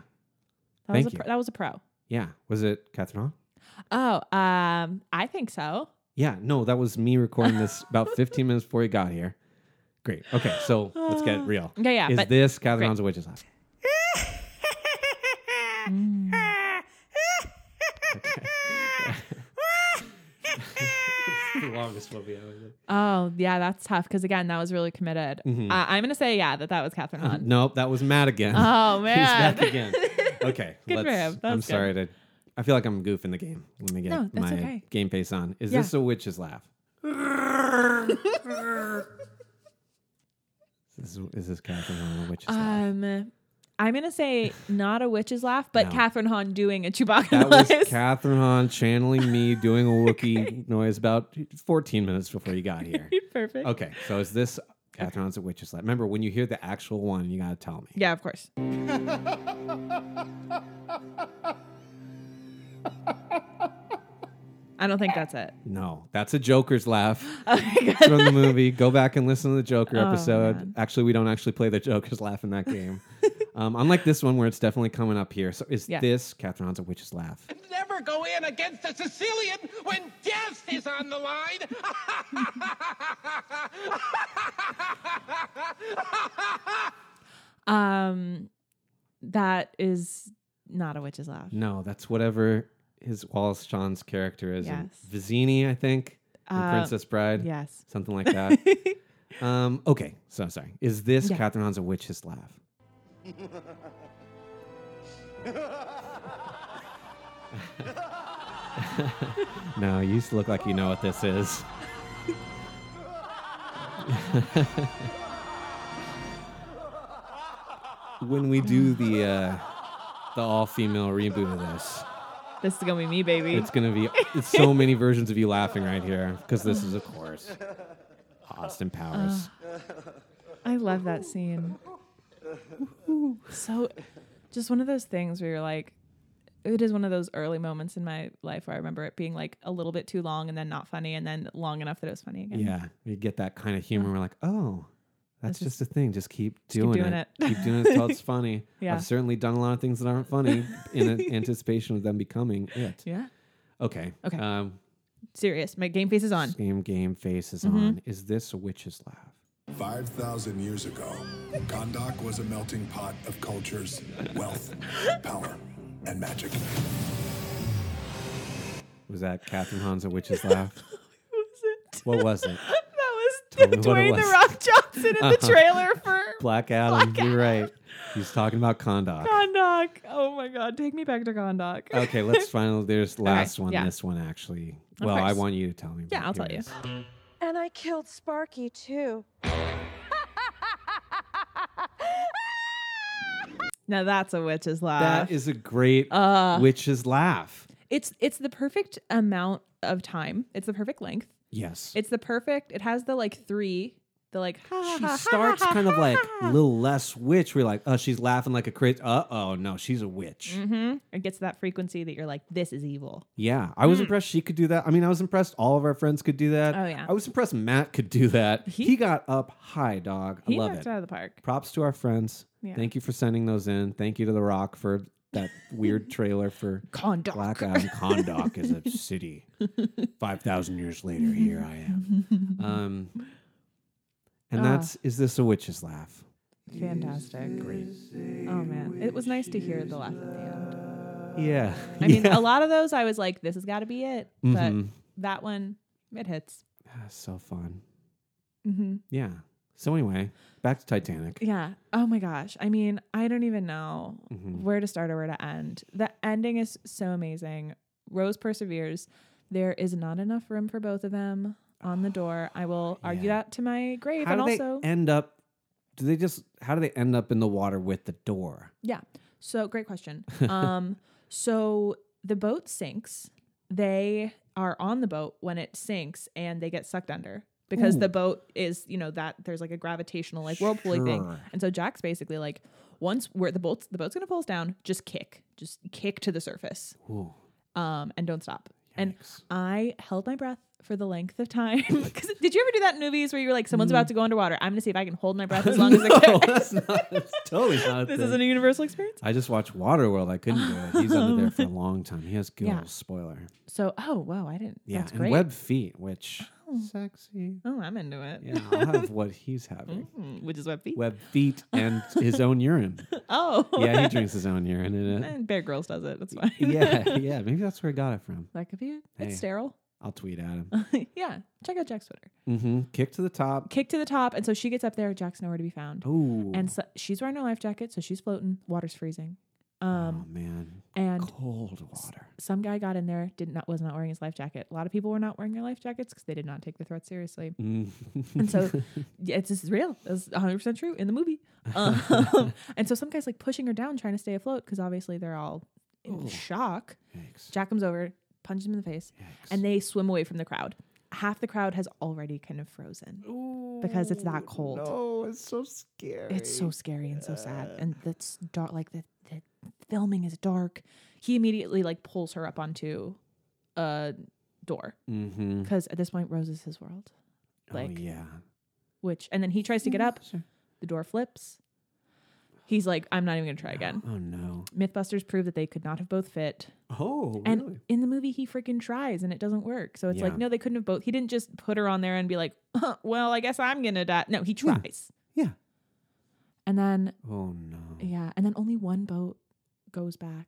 S1: That
S2: Thank
S1: was a
S2: you.
S1: pro, that was a pro.
S2: yeah. Was it Catherine? Hahn?
S1: Oh, um, I think so.
S2: Yeah, no, that was me recording this about 15 minutes before you got here. Great. Okay, so let's get real.
S1: Yeah, yeah,
S2: Is
S1: but-
S2: this Catherine
S1: great.
S2: On's Witches House? the longest movie ever.
S1: Oh, yeah, that's tough because again, that was really committed.
S2: Mm-hmm.
S1: Uh, I'm gonna say yeah that that was Catherine Hahn.
S2: Uh, Nope, that was Matt again.
S1: Oh
S2: He's
S1: man,
S2: back again. Okay,
S1: Good for
S2: let's-
S1: him. That
S2: I'm
S1: was good.
S2: sorry to. I feel like I'm goofing the game. Let me get
S1: No, that's
S2: my
S1: okay.
S2: game face on. Is
S1: Yeah.
S2: this a witch's laugh? is, this, is this Catherine Hahn a witch's laugh?
S1: um, I'm gonna say not a witch's laugh, but
S2: No.
S1: Catherine Hahn doing a Chewbacca
S2: That
S1: noise.
S2: was Catherine Hahn channeling me doing a Wookiee noise about 14 minutes before you got here.
S1: Perfect.
S2: Okay, so is this Catherine Hahn's a witch's laugh? Remember, when you hear the actual one, you gotta tell me.
S1: Yeah, of course. I don't think that's it. Oh
S2: No, that's a Joker's laugh
S1: Okay, good.
S2: from the movie. Go back and listen to the Joker
S1: Oh,
S2: episode.
S1: man.
S2: Actually, we don't actually play the Joker's laugh in that game. um, unlike this one where it's definitely coming up here. So is
S1: Yeah.
S2: this Catherine Hahn's a witch's laugh?
S4: never go in against a Sicilian when death is on the line.
S1: Um, that is not a witch's laugh.
S2: No, that's whatever his Wallace Shawn's character is. in
S1: Yes.
S2: Vizzini, I think. in
S1: Uh,
S2: Princess Bride.
S1: Yes.
S2: Something like that. um, okay, so sorry. Is this
S1: Yeah.
S2: Catherine Hahn's a witch's laugh? no, you just look like you know what this is. when we do the uh, the all female reboot of this,
S1: This is gonna be me, baby.
S2: it's gonna be it's so many versions of you laughing right here because this is of course Austin Powers.
S1: I love that scene. so, just one of those things where you're like, it is one of those early moments in my life where I remember it being like a little bit too long and then not funny and then long enough that it was funny again.
S2: Yeah, we get that kind of humor. We're like, oh, that's just a thing. Just keep doing,
S1: doing
S2: it.
S1: it.
S2: Keep doing it until it's funny.
S1: Yeah.
S2: I've certainly done a lot of things that aren't funny in an- anticipation of them becoming it.
S1: Yeah.
S2: Okay.
S1: Okay.
S2: Um,
S1: Serious. My game face is on. Mm-hmm.
S2: same game face is on. Is this a witch's laugh?
S5: 5,000 years ago, Kondak was a melting pot of cultures, wealth, power, and magic.
S2: Was that Catherine Hahn's a witch's laugh?
S1: What
S2: What
S1: was it?
S2: was it? Tell
S1: that
S2: me
S1: was
S2: what it
S1: Dwayne the
S2: was.
S1: Rock Johnson in the
S2: Uh-huh.
S1: trailer for
S2: Black Adam.
S1: Black
S2: You're right. He's talking about Kondak.
S1: Gondok. Oh my God. Take me back to Gondok.
S2: Okay, let's finally. There's last one.
S1: yeah.
S2: This one actually. Well, I
S1: course.
S2: want you to tell me.
S1: Yeah,
S2: but
S1: I'll
S2: here
S1: tell
S2: it
S1: you.
S2: is.
S6: And I killed Sparky too.
S1: Now that's a witch's laugh.
S2: That is a great
S1: uh,
S2: witch's laugh.
S1: it's it's the perfect amount of time. It's the perfect length.
S2: Yes.
S1: It's the perfect. It has the like three. The like. ha,
S2: she
S1: ha, ha,
S2: starts
S1: ha,
S2: kind of
S1: ha,
S2: like a
S1: ha.
S2: little less witch. We're like, oh, she's laughing like a crazy. Uh oh, no, she's a witch.
S1: Mhm. It gets to that frequency that you're like, this is evil.
S2: Yeah, I was impressed she could do that. I mean, I was impressed all of our friends could do that.
S1: Mm. Oh, yeah.
S2: I was impressed Matt could do that. He,
S1: He-
S2: got up high, dog. I
S1: He
S2: love
S1: knocked
S2: it.
S1: out of the park.
S2: Props to our friends.
S1: Yeah.
S2: Thank you for sending those in. Thank you to The Rock for that weird trailer for
S1: Gondok.
S2: Black Adam. Kondak is a city. 5,000 years later, here I am. Um, and
S1: Ah.
S2: that's, is this a witch's laugh?
S1: Fantastic. Great. Oh man, it was nice to hear the laugh at the end.
S2: Yeah.
S1: I mean, a lot of those I was like, this has got to be it.
S2: Mhm.
S1: But that one, it hits. Mm-hmm.
S2: Ah, so fun. Yeah. So anyway, back to Titanic.
S1: Yeah. Oh my gosh. I mean, I don't even know
S2: Mm-hmm.
S1: where to start or where to end. The ending is so amazing. Rose perseveres. There is not enough room for both of them on the door. I will argue
S2: Yeah.
S1: that to my grave.
S2: How
S1: and
S2: do
S1: also,
S2: they end up? Do they just? How do they end up in the water with the door?
S1: Yeah. So great question. Um, so the boat sinks. They are on the boat when it sinks and they get sucked under because the boat is, you know, that there's like a gravitational like whirlpool thing.
S2: Sure.
S1: And so Jack's basically like, once we're the boat's the boat's gonna pull us down, just kick. Just kick to the surface.
S2: Ooh,
S1: Um, and don't stop. And
S2: Yikes.
S1: I held my breath for the length of time. 'Cause did you ever do that in movies where you were like, someone's about to go underwater? I'm gonna see if I can hold my breath as long as I
S2: Mm. no,
S1: can.
S2: that's not. That's totally not. a
S1: This
S2: thing.
S1: isn't a universal experience.
S2: I just watched Waterworld. I couldn't do it. He's under there for a long time. He has gills. Spoiler.
S1: So, oh wow, I didn't.
S2: Yeah,
S1: that's
S2: and
S1: great.
S2: web feet, which sexy.
S1: oh, I'm into it.
S2: Yeah, I'll have what he's having.
S1: Mm, Which is web feet.
S2: Web feet and his own urine.
S1: Oh,
S2: Yeah, he drinks his own urine in it.
S1: And Bear Grylls does it. That's fine.
S2: Yeah, yeah. Maybe that's where he got it from.
S1: that could be it.
S2: Hey.
S1: It's sterile.
S2: I'll tweet at him.
S1: yeah, check out Jack's Twitter.
S2: Mm-hmm. Kick to the top.
S1: Kick to the top, and so she gets up there. Jack's nowhere to be found.
S2: Ooh.
S1: And so she's wearing a life jacket, so she's floating. Water's freezing.
S2: oh
S1: Um,
S2: man,
S1: and
S2: cold water.
S1: some guy got in there, did not was not wearing his life jacket. A lot of people were not wearing their life jackets because they did not take the threat seriously.
S2: Mm.
S1: And so yeah, it's just real. It's 100% true in the movie. Um, and so some guy's like pushing her down, trying to stay afloat because obviously they're all in shock.
S2: Yikes.
S1: Jack comes over, punches him in the face, and they swim away from the crowd. Half the crowd has already kind of frozen because it's that cold.
S2: Oh, it's so scary.
S1: It's so scary and so sad, and that's dark. Like the, the filming is dark. He immediately like pulls her up onto a door
S2: Mm-hmm.
S1: because at this point Rose is his world.
S2: oh
S1: Like
S2: yeah.
S1: which, and then he tries to
S2: Mm.
S1: get up. The door flips. He's like, I'm not even gonna try again.
S2: Oh no.
S1: MythBusters proved that they could not have both fit,
S2: Oh
S1: and
S2: really?
S1: in the movie he freaking tries and it doesn't work. So it's
S2: Yeah.
S1: like, no, they couldn't have both. He didn't just put her on there and be like, well, I guess I'm gonna die. No, he
S2: Hmm.
S1: tries,
S2: Yeah.
S1: and then
S2: Oh no.
S1: Yeah, and then only one boat goes back,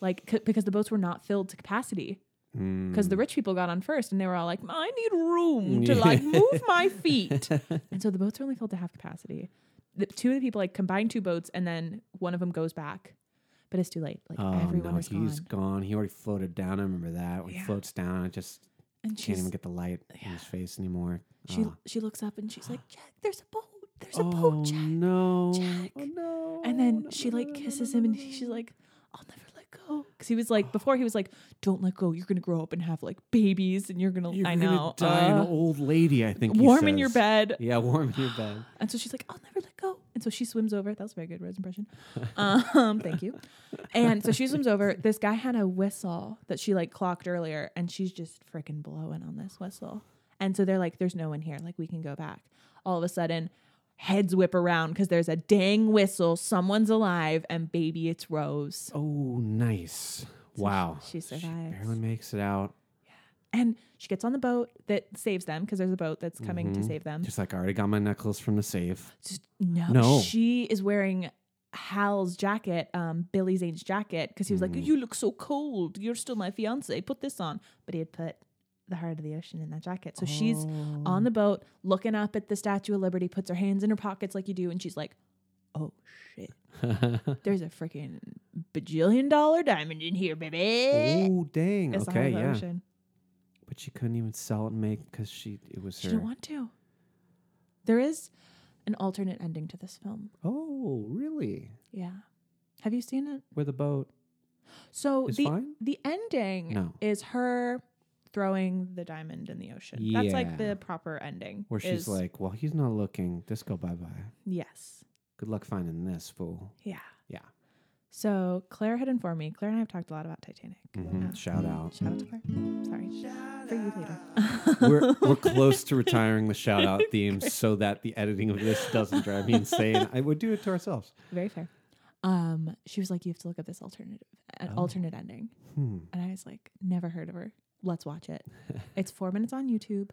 S1: like c- because the boats were not filled to capacity.
S2: Mm.
S1: Because the rich people got on first, and they were all like, "I need room to like move my feet," and so the boats are only filled to half capacity. The, two of the people like combine two boats, and then one of them goes back, but it's too late. Like
S2: Oh
S1: everyone
S2: no,
S1: is
S2: he's
S1: gone,
S2: gone. He already floated down. I remember that. When he
S1: Yeah.
S2: floats down, I just
S1: and
S2: can't
S1: she's
S2: even get the light in his face anymore.
S1: she
S2: oh.
S1: she looks up and she's like, "Jack, there's a boat, there's a
S2: Oh,
S1: boat, Jack."
S2: no.
S1: Jack.
S2: Oh no.
S1: And then she like kisses him and she's like, I'll never let go. Because he was like, before he was like, don't let go. You're going to grow up and have like babies and you're going to,
S2: You're
S1: I
S2: gonna
S1: know,
S2: Die an
S1: uh,
S2: old lady, I think. he
S1: warm in your
S2: says.
S1: bed.
S2: Yeah, warm in your bed.
S1: And so she's like, I'll never let go. And so she swims over. That was a very good Rose impression. Um, thank you. And so she swims over. This guy had a whistle that she like clocked earlier, and she's just freaking blowing on this whistle. And so they're like, there's no one here. Like, we can go back. All of a sudden, heads whip around because there's a dang whistle. Someone's alive, and baby, it's Rose.
S2: Oh, nice. Wow.
S1: she survives.
S2: She barely makes it out.
S1: And she gets on the boat that saves them because there's a boat that's coming to save them.
S2: Just like I already got my necklace from the safe.
S1: Just- no,
S2: No.
S1: She is wearing Hal's jacket, um, Billy Zane's jacket, because he was
S2: Mm.
S1: like, "You look so cold. You're still my fiance. Put this on." But he had put the heart of the ocean in that jacket, so she's
S2: Oh.
S1: on the boat looking up at the Statue of Liberty. Puts her hands in her pockets like you do, and she's like, "Oh shit, there's a freaking bajillion dollar diamond in here, baby."
S2: Oh dang.
S1: It's the heart of
S2: okay,
S1: the
S2: yeah.
S1: ocean.
S2: But she couldn't even sell it and make because she it was
S1: She
S2: her.
S1: didn't want to. There is an alternate ending to this film.
S2: Oh, really?
S1: Yeah. Have you seen it?
S2: With a boat.
S1: So
S2: It's
S1: the
S2: fine?
S1: the ending
S2: No.
S1: is her throwing the diamond in the ocean. That's like
S2: Yeah.
S1: the proper ending.
S2: Where she's
S1: is-
S2: like, Well, he's not looking. This go bye bye.
S1: yes,
S2: Good luck finding this fool.
S1: yeah.
S2: Yeah.
S1: So Claire had informed me. Claire and I have talked a lot about Titanic.
S2: Mhm.
S1: Uh,
S2: Shout out.
S1: Shout out to Claire. Sorry, for you later.
S2: we're, we're close to retiring the shout out theme so that the editing of this doesn't drive me insane. I would do it to ourselves.
S1: Very fair. Um, she was like, "You have to look up this alternative, an
S2: Oh.
S1: alternate ending,"
S2: Hmm.
S1: and I was like, "Never heard of her. Let's watch it. it's four minutes on YouTube."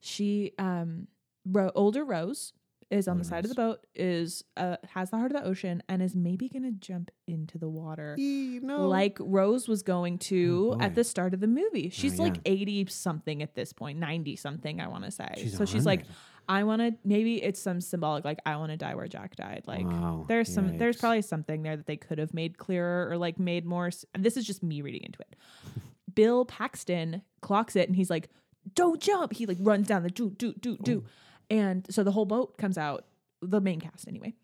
S1: She, um, Ro- older Rose is on the side of the boat, is uh, has the heart of the ocean, and is maybe gonna jump into the water. Like Rose was going to
S2: Oh, boy. Oh,
S1: at the start of the movie. She's
S2: yeah.
S1: like 80 something at this point, 90 something, I want to say.
S2: She's
S1: so she's like,
S2: 100.
S1: I want to, maybe it's some symbolic, like, I want to die where Jack died. Like,
S2: Wow,
S1: there's some, there's
S2: yikes.
S1: probably something there that they could have made clearer or like made more. s- This is just me reading into it. Bill Paxton clocks it and he's like, don't jump. He like runs down the do, do, do, do.
S2: Oh.
S1: And so the whole boat comes out, the main cast anyway.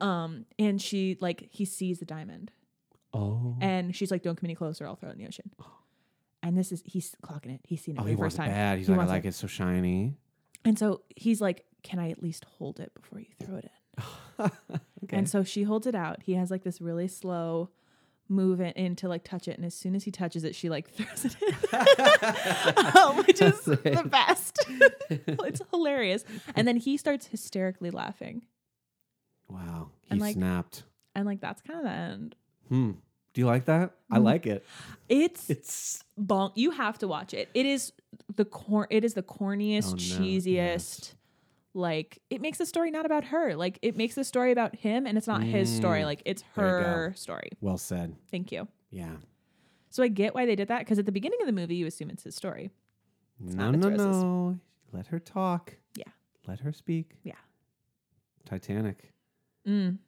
S1: Um, and she like, he sees the diamond.
S2: Oh.
S1: And she's like, "Don't come any closer. I'll throw it in the ocean." And this is he's clocking it. He's seen it
S2: Oh,
S1: for
S2: he
S1: the
S2: wants
S1: first
S2: it
S1: time.
S2: bad. He's
S1: He
S2: like, I
S1: wants
S2: like it. so shiny.
S1: And so he's like, "Can I at least hold it before Um, you throw it in?" And so she holds it out. He has like this really slow move it in to like touch it, and as soon as he touches it, she like throws it in, Um, which is the best. it's hilarious. And then he starts hysterically laughing,
S2: Wow. He
S1: And, like-
S2: snapped.
S1: and like that's kind of the end.
S2: Hmm. Do you like that? I like it.
S1: Mm. It's
S2: It's
S1: bonk. You have to watch it. It is the cor- It is the corniest,
S2: Oh, no.
S1: cheesiest.
S2: Yes.
S1: Like it makes the story not about her. Like it makes the story about him, and it's not his story.
S2: Mm.
S1: Like it's
S2: There you go.
S1: her story.
S2: well said.
S1: Thank you.
S2: Yeah.
S1: So I get why they did that because at the beginning of the movie, you assume it's his story.
S2: No,
S1: not
S2: no,
S1: its roses.
S2: no. Let her talk.
S1: Yeah.
S2: Let her speak.
S1: Yeah.
S2: Titanic.
S1: Mm.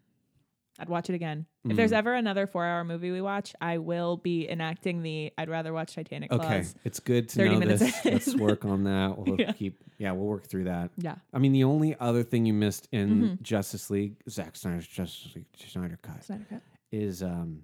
S1: I'd watch it again. If
S2: Mm.
S1: there's ever another four-hour movie we watch, I will be enacting the "I'd rather watch Titanic"
S2: Okay.
S1: clause.
S2: It's good to
S1: 30
S2: know
S1: minutes
S2: this.
S1: in.
S2: Let's work on that. We'll
S1: Yeah.
S2: keep yeah, we'll work through that.
S1: Yeah,
S2: I mean, the only other thing you missed in Justice League, Zack Snyder's Justice League Snyder cut
S1: Mm-hmm. Snyder Cut.
S2: is um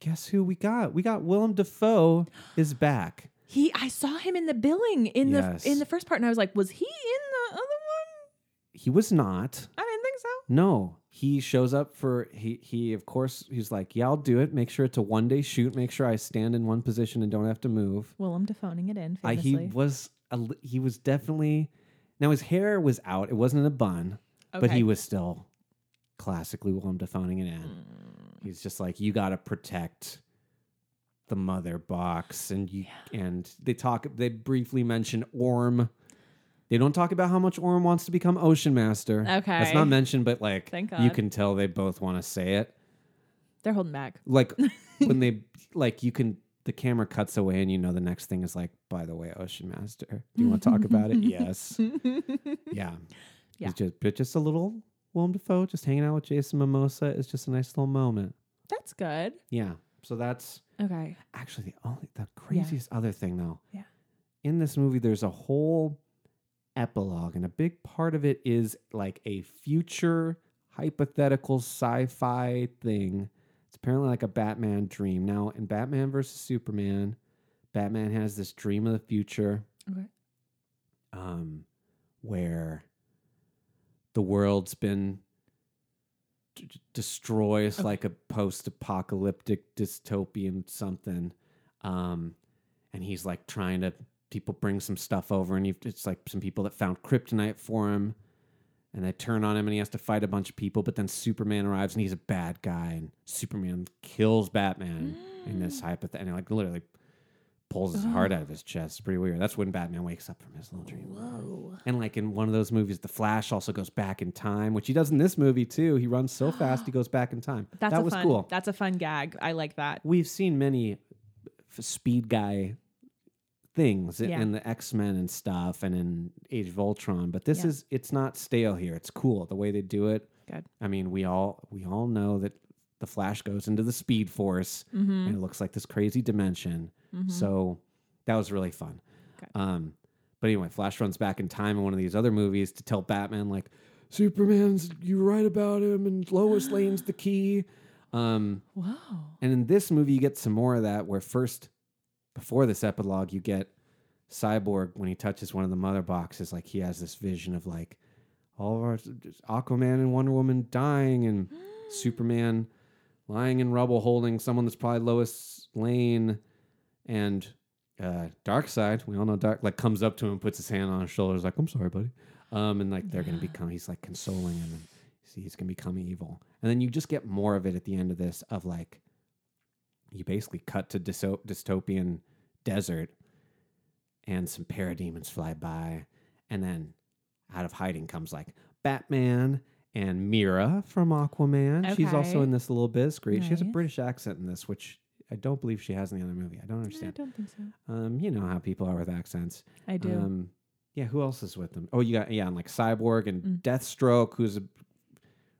S2: guess who we got? We got Willem Dafoe is back.
S1: He, I saw him in the billing in
S2: Yes.
S1: the in the first part, and I was like, was he in the other one?
S2: He was not.
S1: I didn't think so.
S2: No. He shows up for he he of course he's like, Yeah, I'll do it. Make sure it's a one day shoot, make sure I stand in one position and don't have to move.
S1: Willem Defoning it in
S2: I, he
S1: famously.
S2: was a, li- he was definitely now his hair was out. It wasn't in a bun, but
S1: Okay.
S2: he was still classically Willem Dafoeing it in.
S1: Mm.
S2: He's just like you got to protect the mother box, and you and they talk. They briefly mention Orm. They don't talk about how much Orm wants to become Ocean Master. that's
S1: Okay.
S2: not mentioned, but like
S1: Thank
S2: you
S1: God.
S2: can tell they both want to say it
S1: They're holding back.
S2: like when they like you can the camera cuts away and you know the next thing is like by the way ocean master do you want to talk about it yes
S1: Yeah.
S2: yeah it's just but just a little Willem Dafoe just hanging out with Jason Mimosa is just a nice little moment
S1: That's good.
S2: yeah so that's
S1: Okay.
S2: actually the only the craziest other thing though
S1: Yeah.
S2: in this movie there's a whole epilogue and a big part of it is like a future hypothetical sci-fi thing it's apparently like a batman dream now in batman versus superman batman has this dream of the future
S1: Okay.
S2: um, where the world's been d- d- destroyed. It's like a post-apocalyptic dystopian something, um, and he's like trying to people bring some stuff over, and he, it's like some people that found kryptonite for him, and they turn on him, and he has to fight a bunch of people. But then Superman arrives, and he's a bad guy, and Superman kills Batman in this hypothetical, and like literally pulls his heart out of his chest. It's pretty weird. That's when Batman wakes up from his little dream.
S1: Oh.
S2: Whoa. And like in one of those movies, The Flash also goes back in time, which he does in this movie too. He runs so fast, he goes back in time.
S1: That's
S2: that
S1: a
S2: was
S1: fun,
S2: cool.
S1: That's a fun gag. I like that.
S2: We've seen many f- speed guy things in-
S1: Yeah.
S2: in the X Men and stuff, and in Age of Ultron. But this
S1: Yeah.
S2: is it's not stale here. It's cool the way they do it.
S1: Good.
S2: I mean, we all we all know that the Flash goes into the Speed Force,
S1: Mm-hmm.
S2: and it looks like this crazy dimension.
S1: Mhm.
S2: So that was really fun.
S1: Okay.
S2: Um, but anyway, Flash runs back in time in one of these other movies to tell Batman like Superman's you're right about him and Lois Lane's the key. Um,
S1: Wow.
S2: and in this movie you get some more of that where first before this epilogue you get Cyborg when he touches one of the mother boxes like he has this vision of like all of our Aquaman and Wonder Woman dying and Superman lying in rubble holding someone that's probably Lois Lane and uh Dark Side, we all know Dark like comes up to him, puts his hand on his shoulder, is like, I'm sorry, buddy. Um and like they're gonna become he's like consoling him and see he's gonna become evil. And then you just get more of it at the end of this of like you basically cut to dyso- dystopian desert and some parademons fly by and then out of hiding comes like batman and mira from aquaman she's also
S1: Okay.
S2: in this a little bit it's great she has a
S1: Nice.
S2: british accent in this which i don't believe she has in the other movie i don't
S1: I
S2: understand
S1: don't think so.
S2: um you know how people are with accents
S1: I do.
S2: um yeah who else is with them oh you got yeah and like cyborg and
S1: Mm.
S2: deathstroke who's a,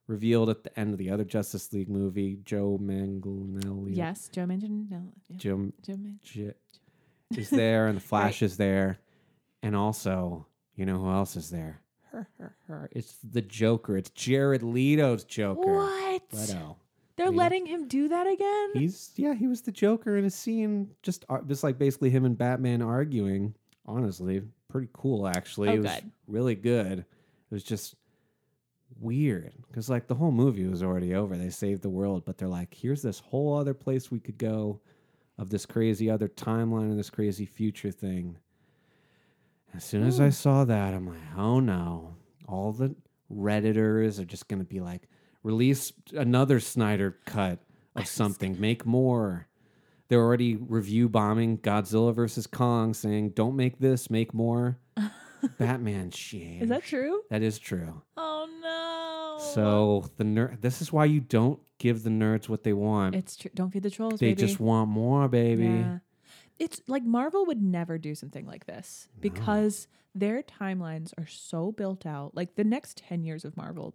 S2: revealed at the end of the other justice league movie joe manganiello
S1: yes, Joe mentioned no. Yeah.
S2: Jim
S1: Joe mentioned.
S2: J- is there, and the Flash is there, and also you know who else is there? Her, her, her. It's the Joker. It's Jared Leto's Joker.
S1: What?
S2: Leto.
S1: They're
S2: Leto.
S1: letting him do that again?
S2: He's yeah, he was the Joker in a scene just ar- just like basically him and Batman arguing. Honestly, pretty cool actually.
S1: Oh,
S2: it was
S1: good.
S2: really good. It was just weird because like the whole movie was already over. They saved the world, but they're like, here's this whole other place we could go, of this crazy other timeline and this crazy future thing. As soon as I saw that, I'm like, oh no. All the Redditors are just going to be like, release another Snyder cut of something, make more. They're already review bombing Godzilla versus Kong, saying, don't make this, make more. Batman shit.
S1: Is that true?
S2: That is true.
S1: Oh no.
S2: So the nerd, this is why you don't give the nerds what they want.
S1: it's true. Don't feed the trolls,
S2: they
S1: baby.
S2: just want more, baby.
S1: Yeah. It's like Marvel would never do something like this because their timelines are so built out. Like the next 10 years of Marvel,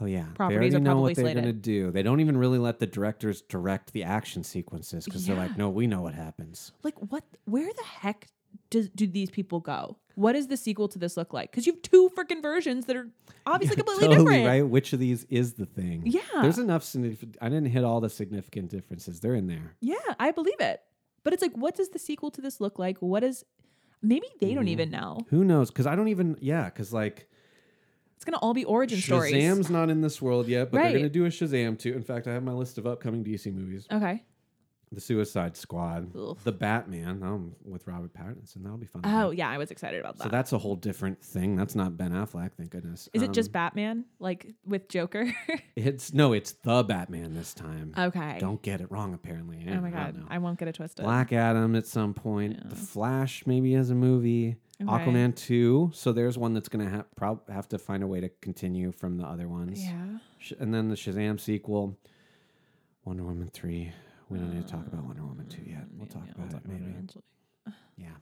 S2: Oh yeah,
S1: properties
S2: they already
S1: are
S2: know
S1: probably
S2: what they're
S1: slated.
S2: gonna do. They don't even really let the directors direct the action sequences because they're like, no, we know what happens.
S1: like what where the heck does do these people go? What does the sequel to this look like? Cuz you have two freaking versions that are obviously completely
S2: totally
S1: different.
S2: right. Which of these is the thing?
S1: Yeah.
S2: there's enough. signif- I didn't hit all the significant differences. They're in there.
S1: Yeah, I believe it. But it's like what does the sequel to this look like? What is maybe they
S2: Mm.
S1: don't even know.
S2: Who knows? Because I don't even. Yeah, because like
S1: It's going to all be origin stories.
S2: Shazam's not in this world yet, but
S1: Right.
S2: they're gonna do a Shazam too. In fact, I have my list of upcoming DC movies:
S1: Okay.
S2: The Suicide Squad,
S1: Oof.
S2: The Batman, um, with Robert Pattinson. That'll be fun.
S1: Oh, yeah, I was excited about that.
S2: So that's a whole different thing. That's not Ben Affleck, thank goodness.
S1: Is it
S2: Um,
S1: just Batman like with Joker?
S2: It's no, it's the Batman this time.
S1: okay.
S2: Don't get it wrong. Apparently,
S1: Oh my
S2: I
S1: god,
S2: don't know.
S1: I won't get it twisted.
S2: Black Adam at some point. The Flash maybe as a movie.
S1: Okay.
S2: Aquaman two. So there's one that's gonna have prob- have to find a way to continue from the other ones.
S1: Yeah.
S2: Sh- and then the Shazam sequel. Wonder Woman three. We don't need to talk
S1: Um,
S2: about Wonder Woman two yet. Um, We'll talk about it maybe. Yeah.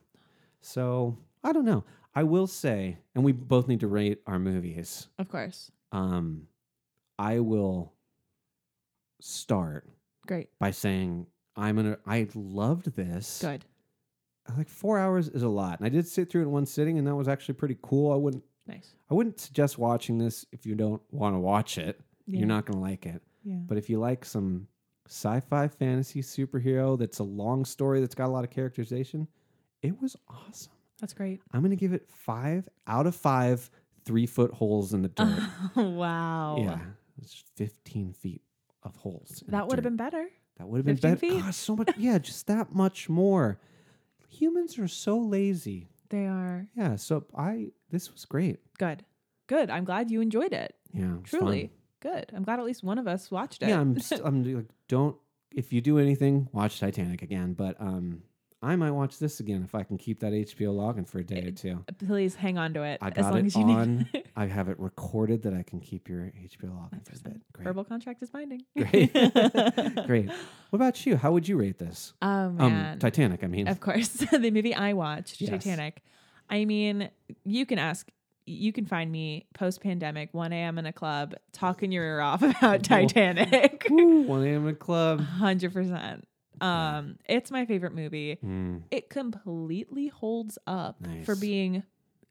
S2: So I don't know. I will say, and we both need to rate our movies.
S1: Of course.
S2: um, I will start
S1: Great.
S2: by saying I'm gonna. I loved this.
S1: Good.
S2: Like four hours is a lot, and I did sit through it in one sitting, and that was actually pretty cool. I wouldn't.
S1: Nice.
S2: I wouldn't suggest watching this if you don't want to watch it.
S1: Yeah.
S2: You're not gonna like it.
S1: Yeah.
S2: But if you like some sci-fi fantasy superhero that's a long story that's got a lot of characterization, it was awesome.
S1: That's great.
S2: I'm gonna give it five out of five three foot holes in the dirt.
S1: wow.
S2: Yeah, it's 15 feet of holes. in the
S1: That would have
S2: dirt.
S1: been better.
S2: that would have been
S1: 15
S2: better.
S1: feet?
S2: God, so much. Yeah, just that much more. Humans are so lazy.
S1: They are
S2: Yeah, so I this was great.
S1: good. Good. I'm glad you enjoyed it.
S2: Yeah, it was fun.
S1: Truly. Good. I'm glad at least one of us watched it.
S2: Yeah, I'm. St- I'm like, don't. If you do anything, watch Titanic again. But um, I might watch this again if I can keep that HBO logging for a day or two.
S1: Uh, Please hang on to it
S2: I
S1: as
S2: got
S1: long
S2: it
S1: as you
S2: on.
S1: need.
S2: I have it recorded that I can keep your HBO logging for a bit. Great.
S1: Verbal contract is binding.
S2: Great. Great. What about you? How would you rate this?
S1: Oh man.
S2: Um, Titanic. I mean,
S1: Of course, the movie I watched,
S2: Yes.
S1: Titanic. I mean, you can ask, you can find me post pandemic, 1 a.m. in a club, talking your ear off about Titanic.
S2: Woo, one a.m. in club.
S1: 100%. Um, it's my favorite movie.
S2: Mm,
S1: It completely holds up for
S2: Nice.
S1: being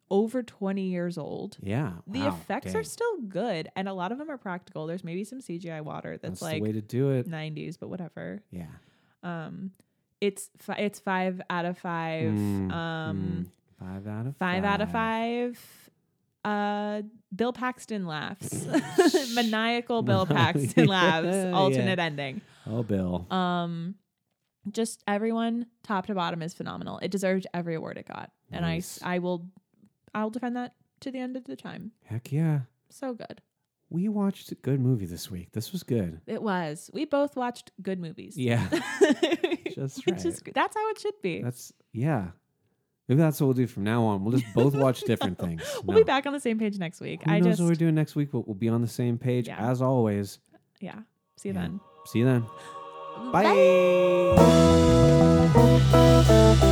S1: over 20 years old.
S2: yeah.
S1: The
S2: wow,
S1: effects
S2: dang.
S1: are still good, and a lot of them are practical. There's maybe some CGI water
S2: That's
S1: that's like
S2: the way to do it.
S1: 90s, but whatever.
S2: Yeah.
S1: um it's fi- it's five out of five
S2: Mm,
S1: um
S2: mm, five out of
S1: five out of five uh bill paxton laughs maniacal bill paxton laughs
S2: Yeah.
S1: alternate ending
S2: Oh, Bill.
S1: um just everyone top to bottom is phenomenal it deserved every award it got and i s-
S2: Nice.
S1: i will i'll defend that to the end of the time
S2: Heck yeah.
S1: so good
S2: We watched a good movie this week. This was good.
S1: it was we both watched good movies
S2: Yeah.
S1: just
S2: right.
S1: that's how it should be
S2: that's yeah. Maybe that's what we'll do from now on. We'll just both watch different things.
S1: We'll
S2: No.
S1: be back on the same page next week.
S2: Who
S1: I
S2: knows
S1: just,
S2: what we're doing next week? But we'll be on the same page
S1: Yeah.
S2: as always.
S1: yeah. See you
S2: Yeah.
S1: then.
S2: See you then. Bye.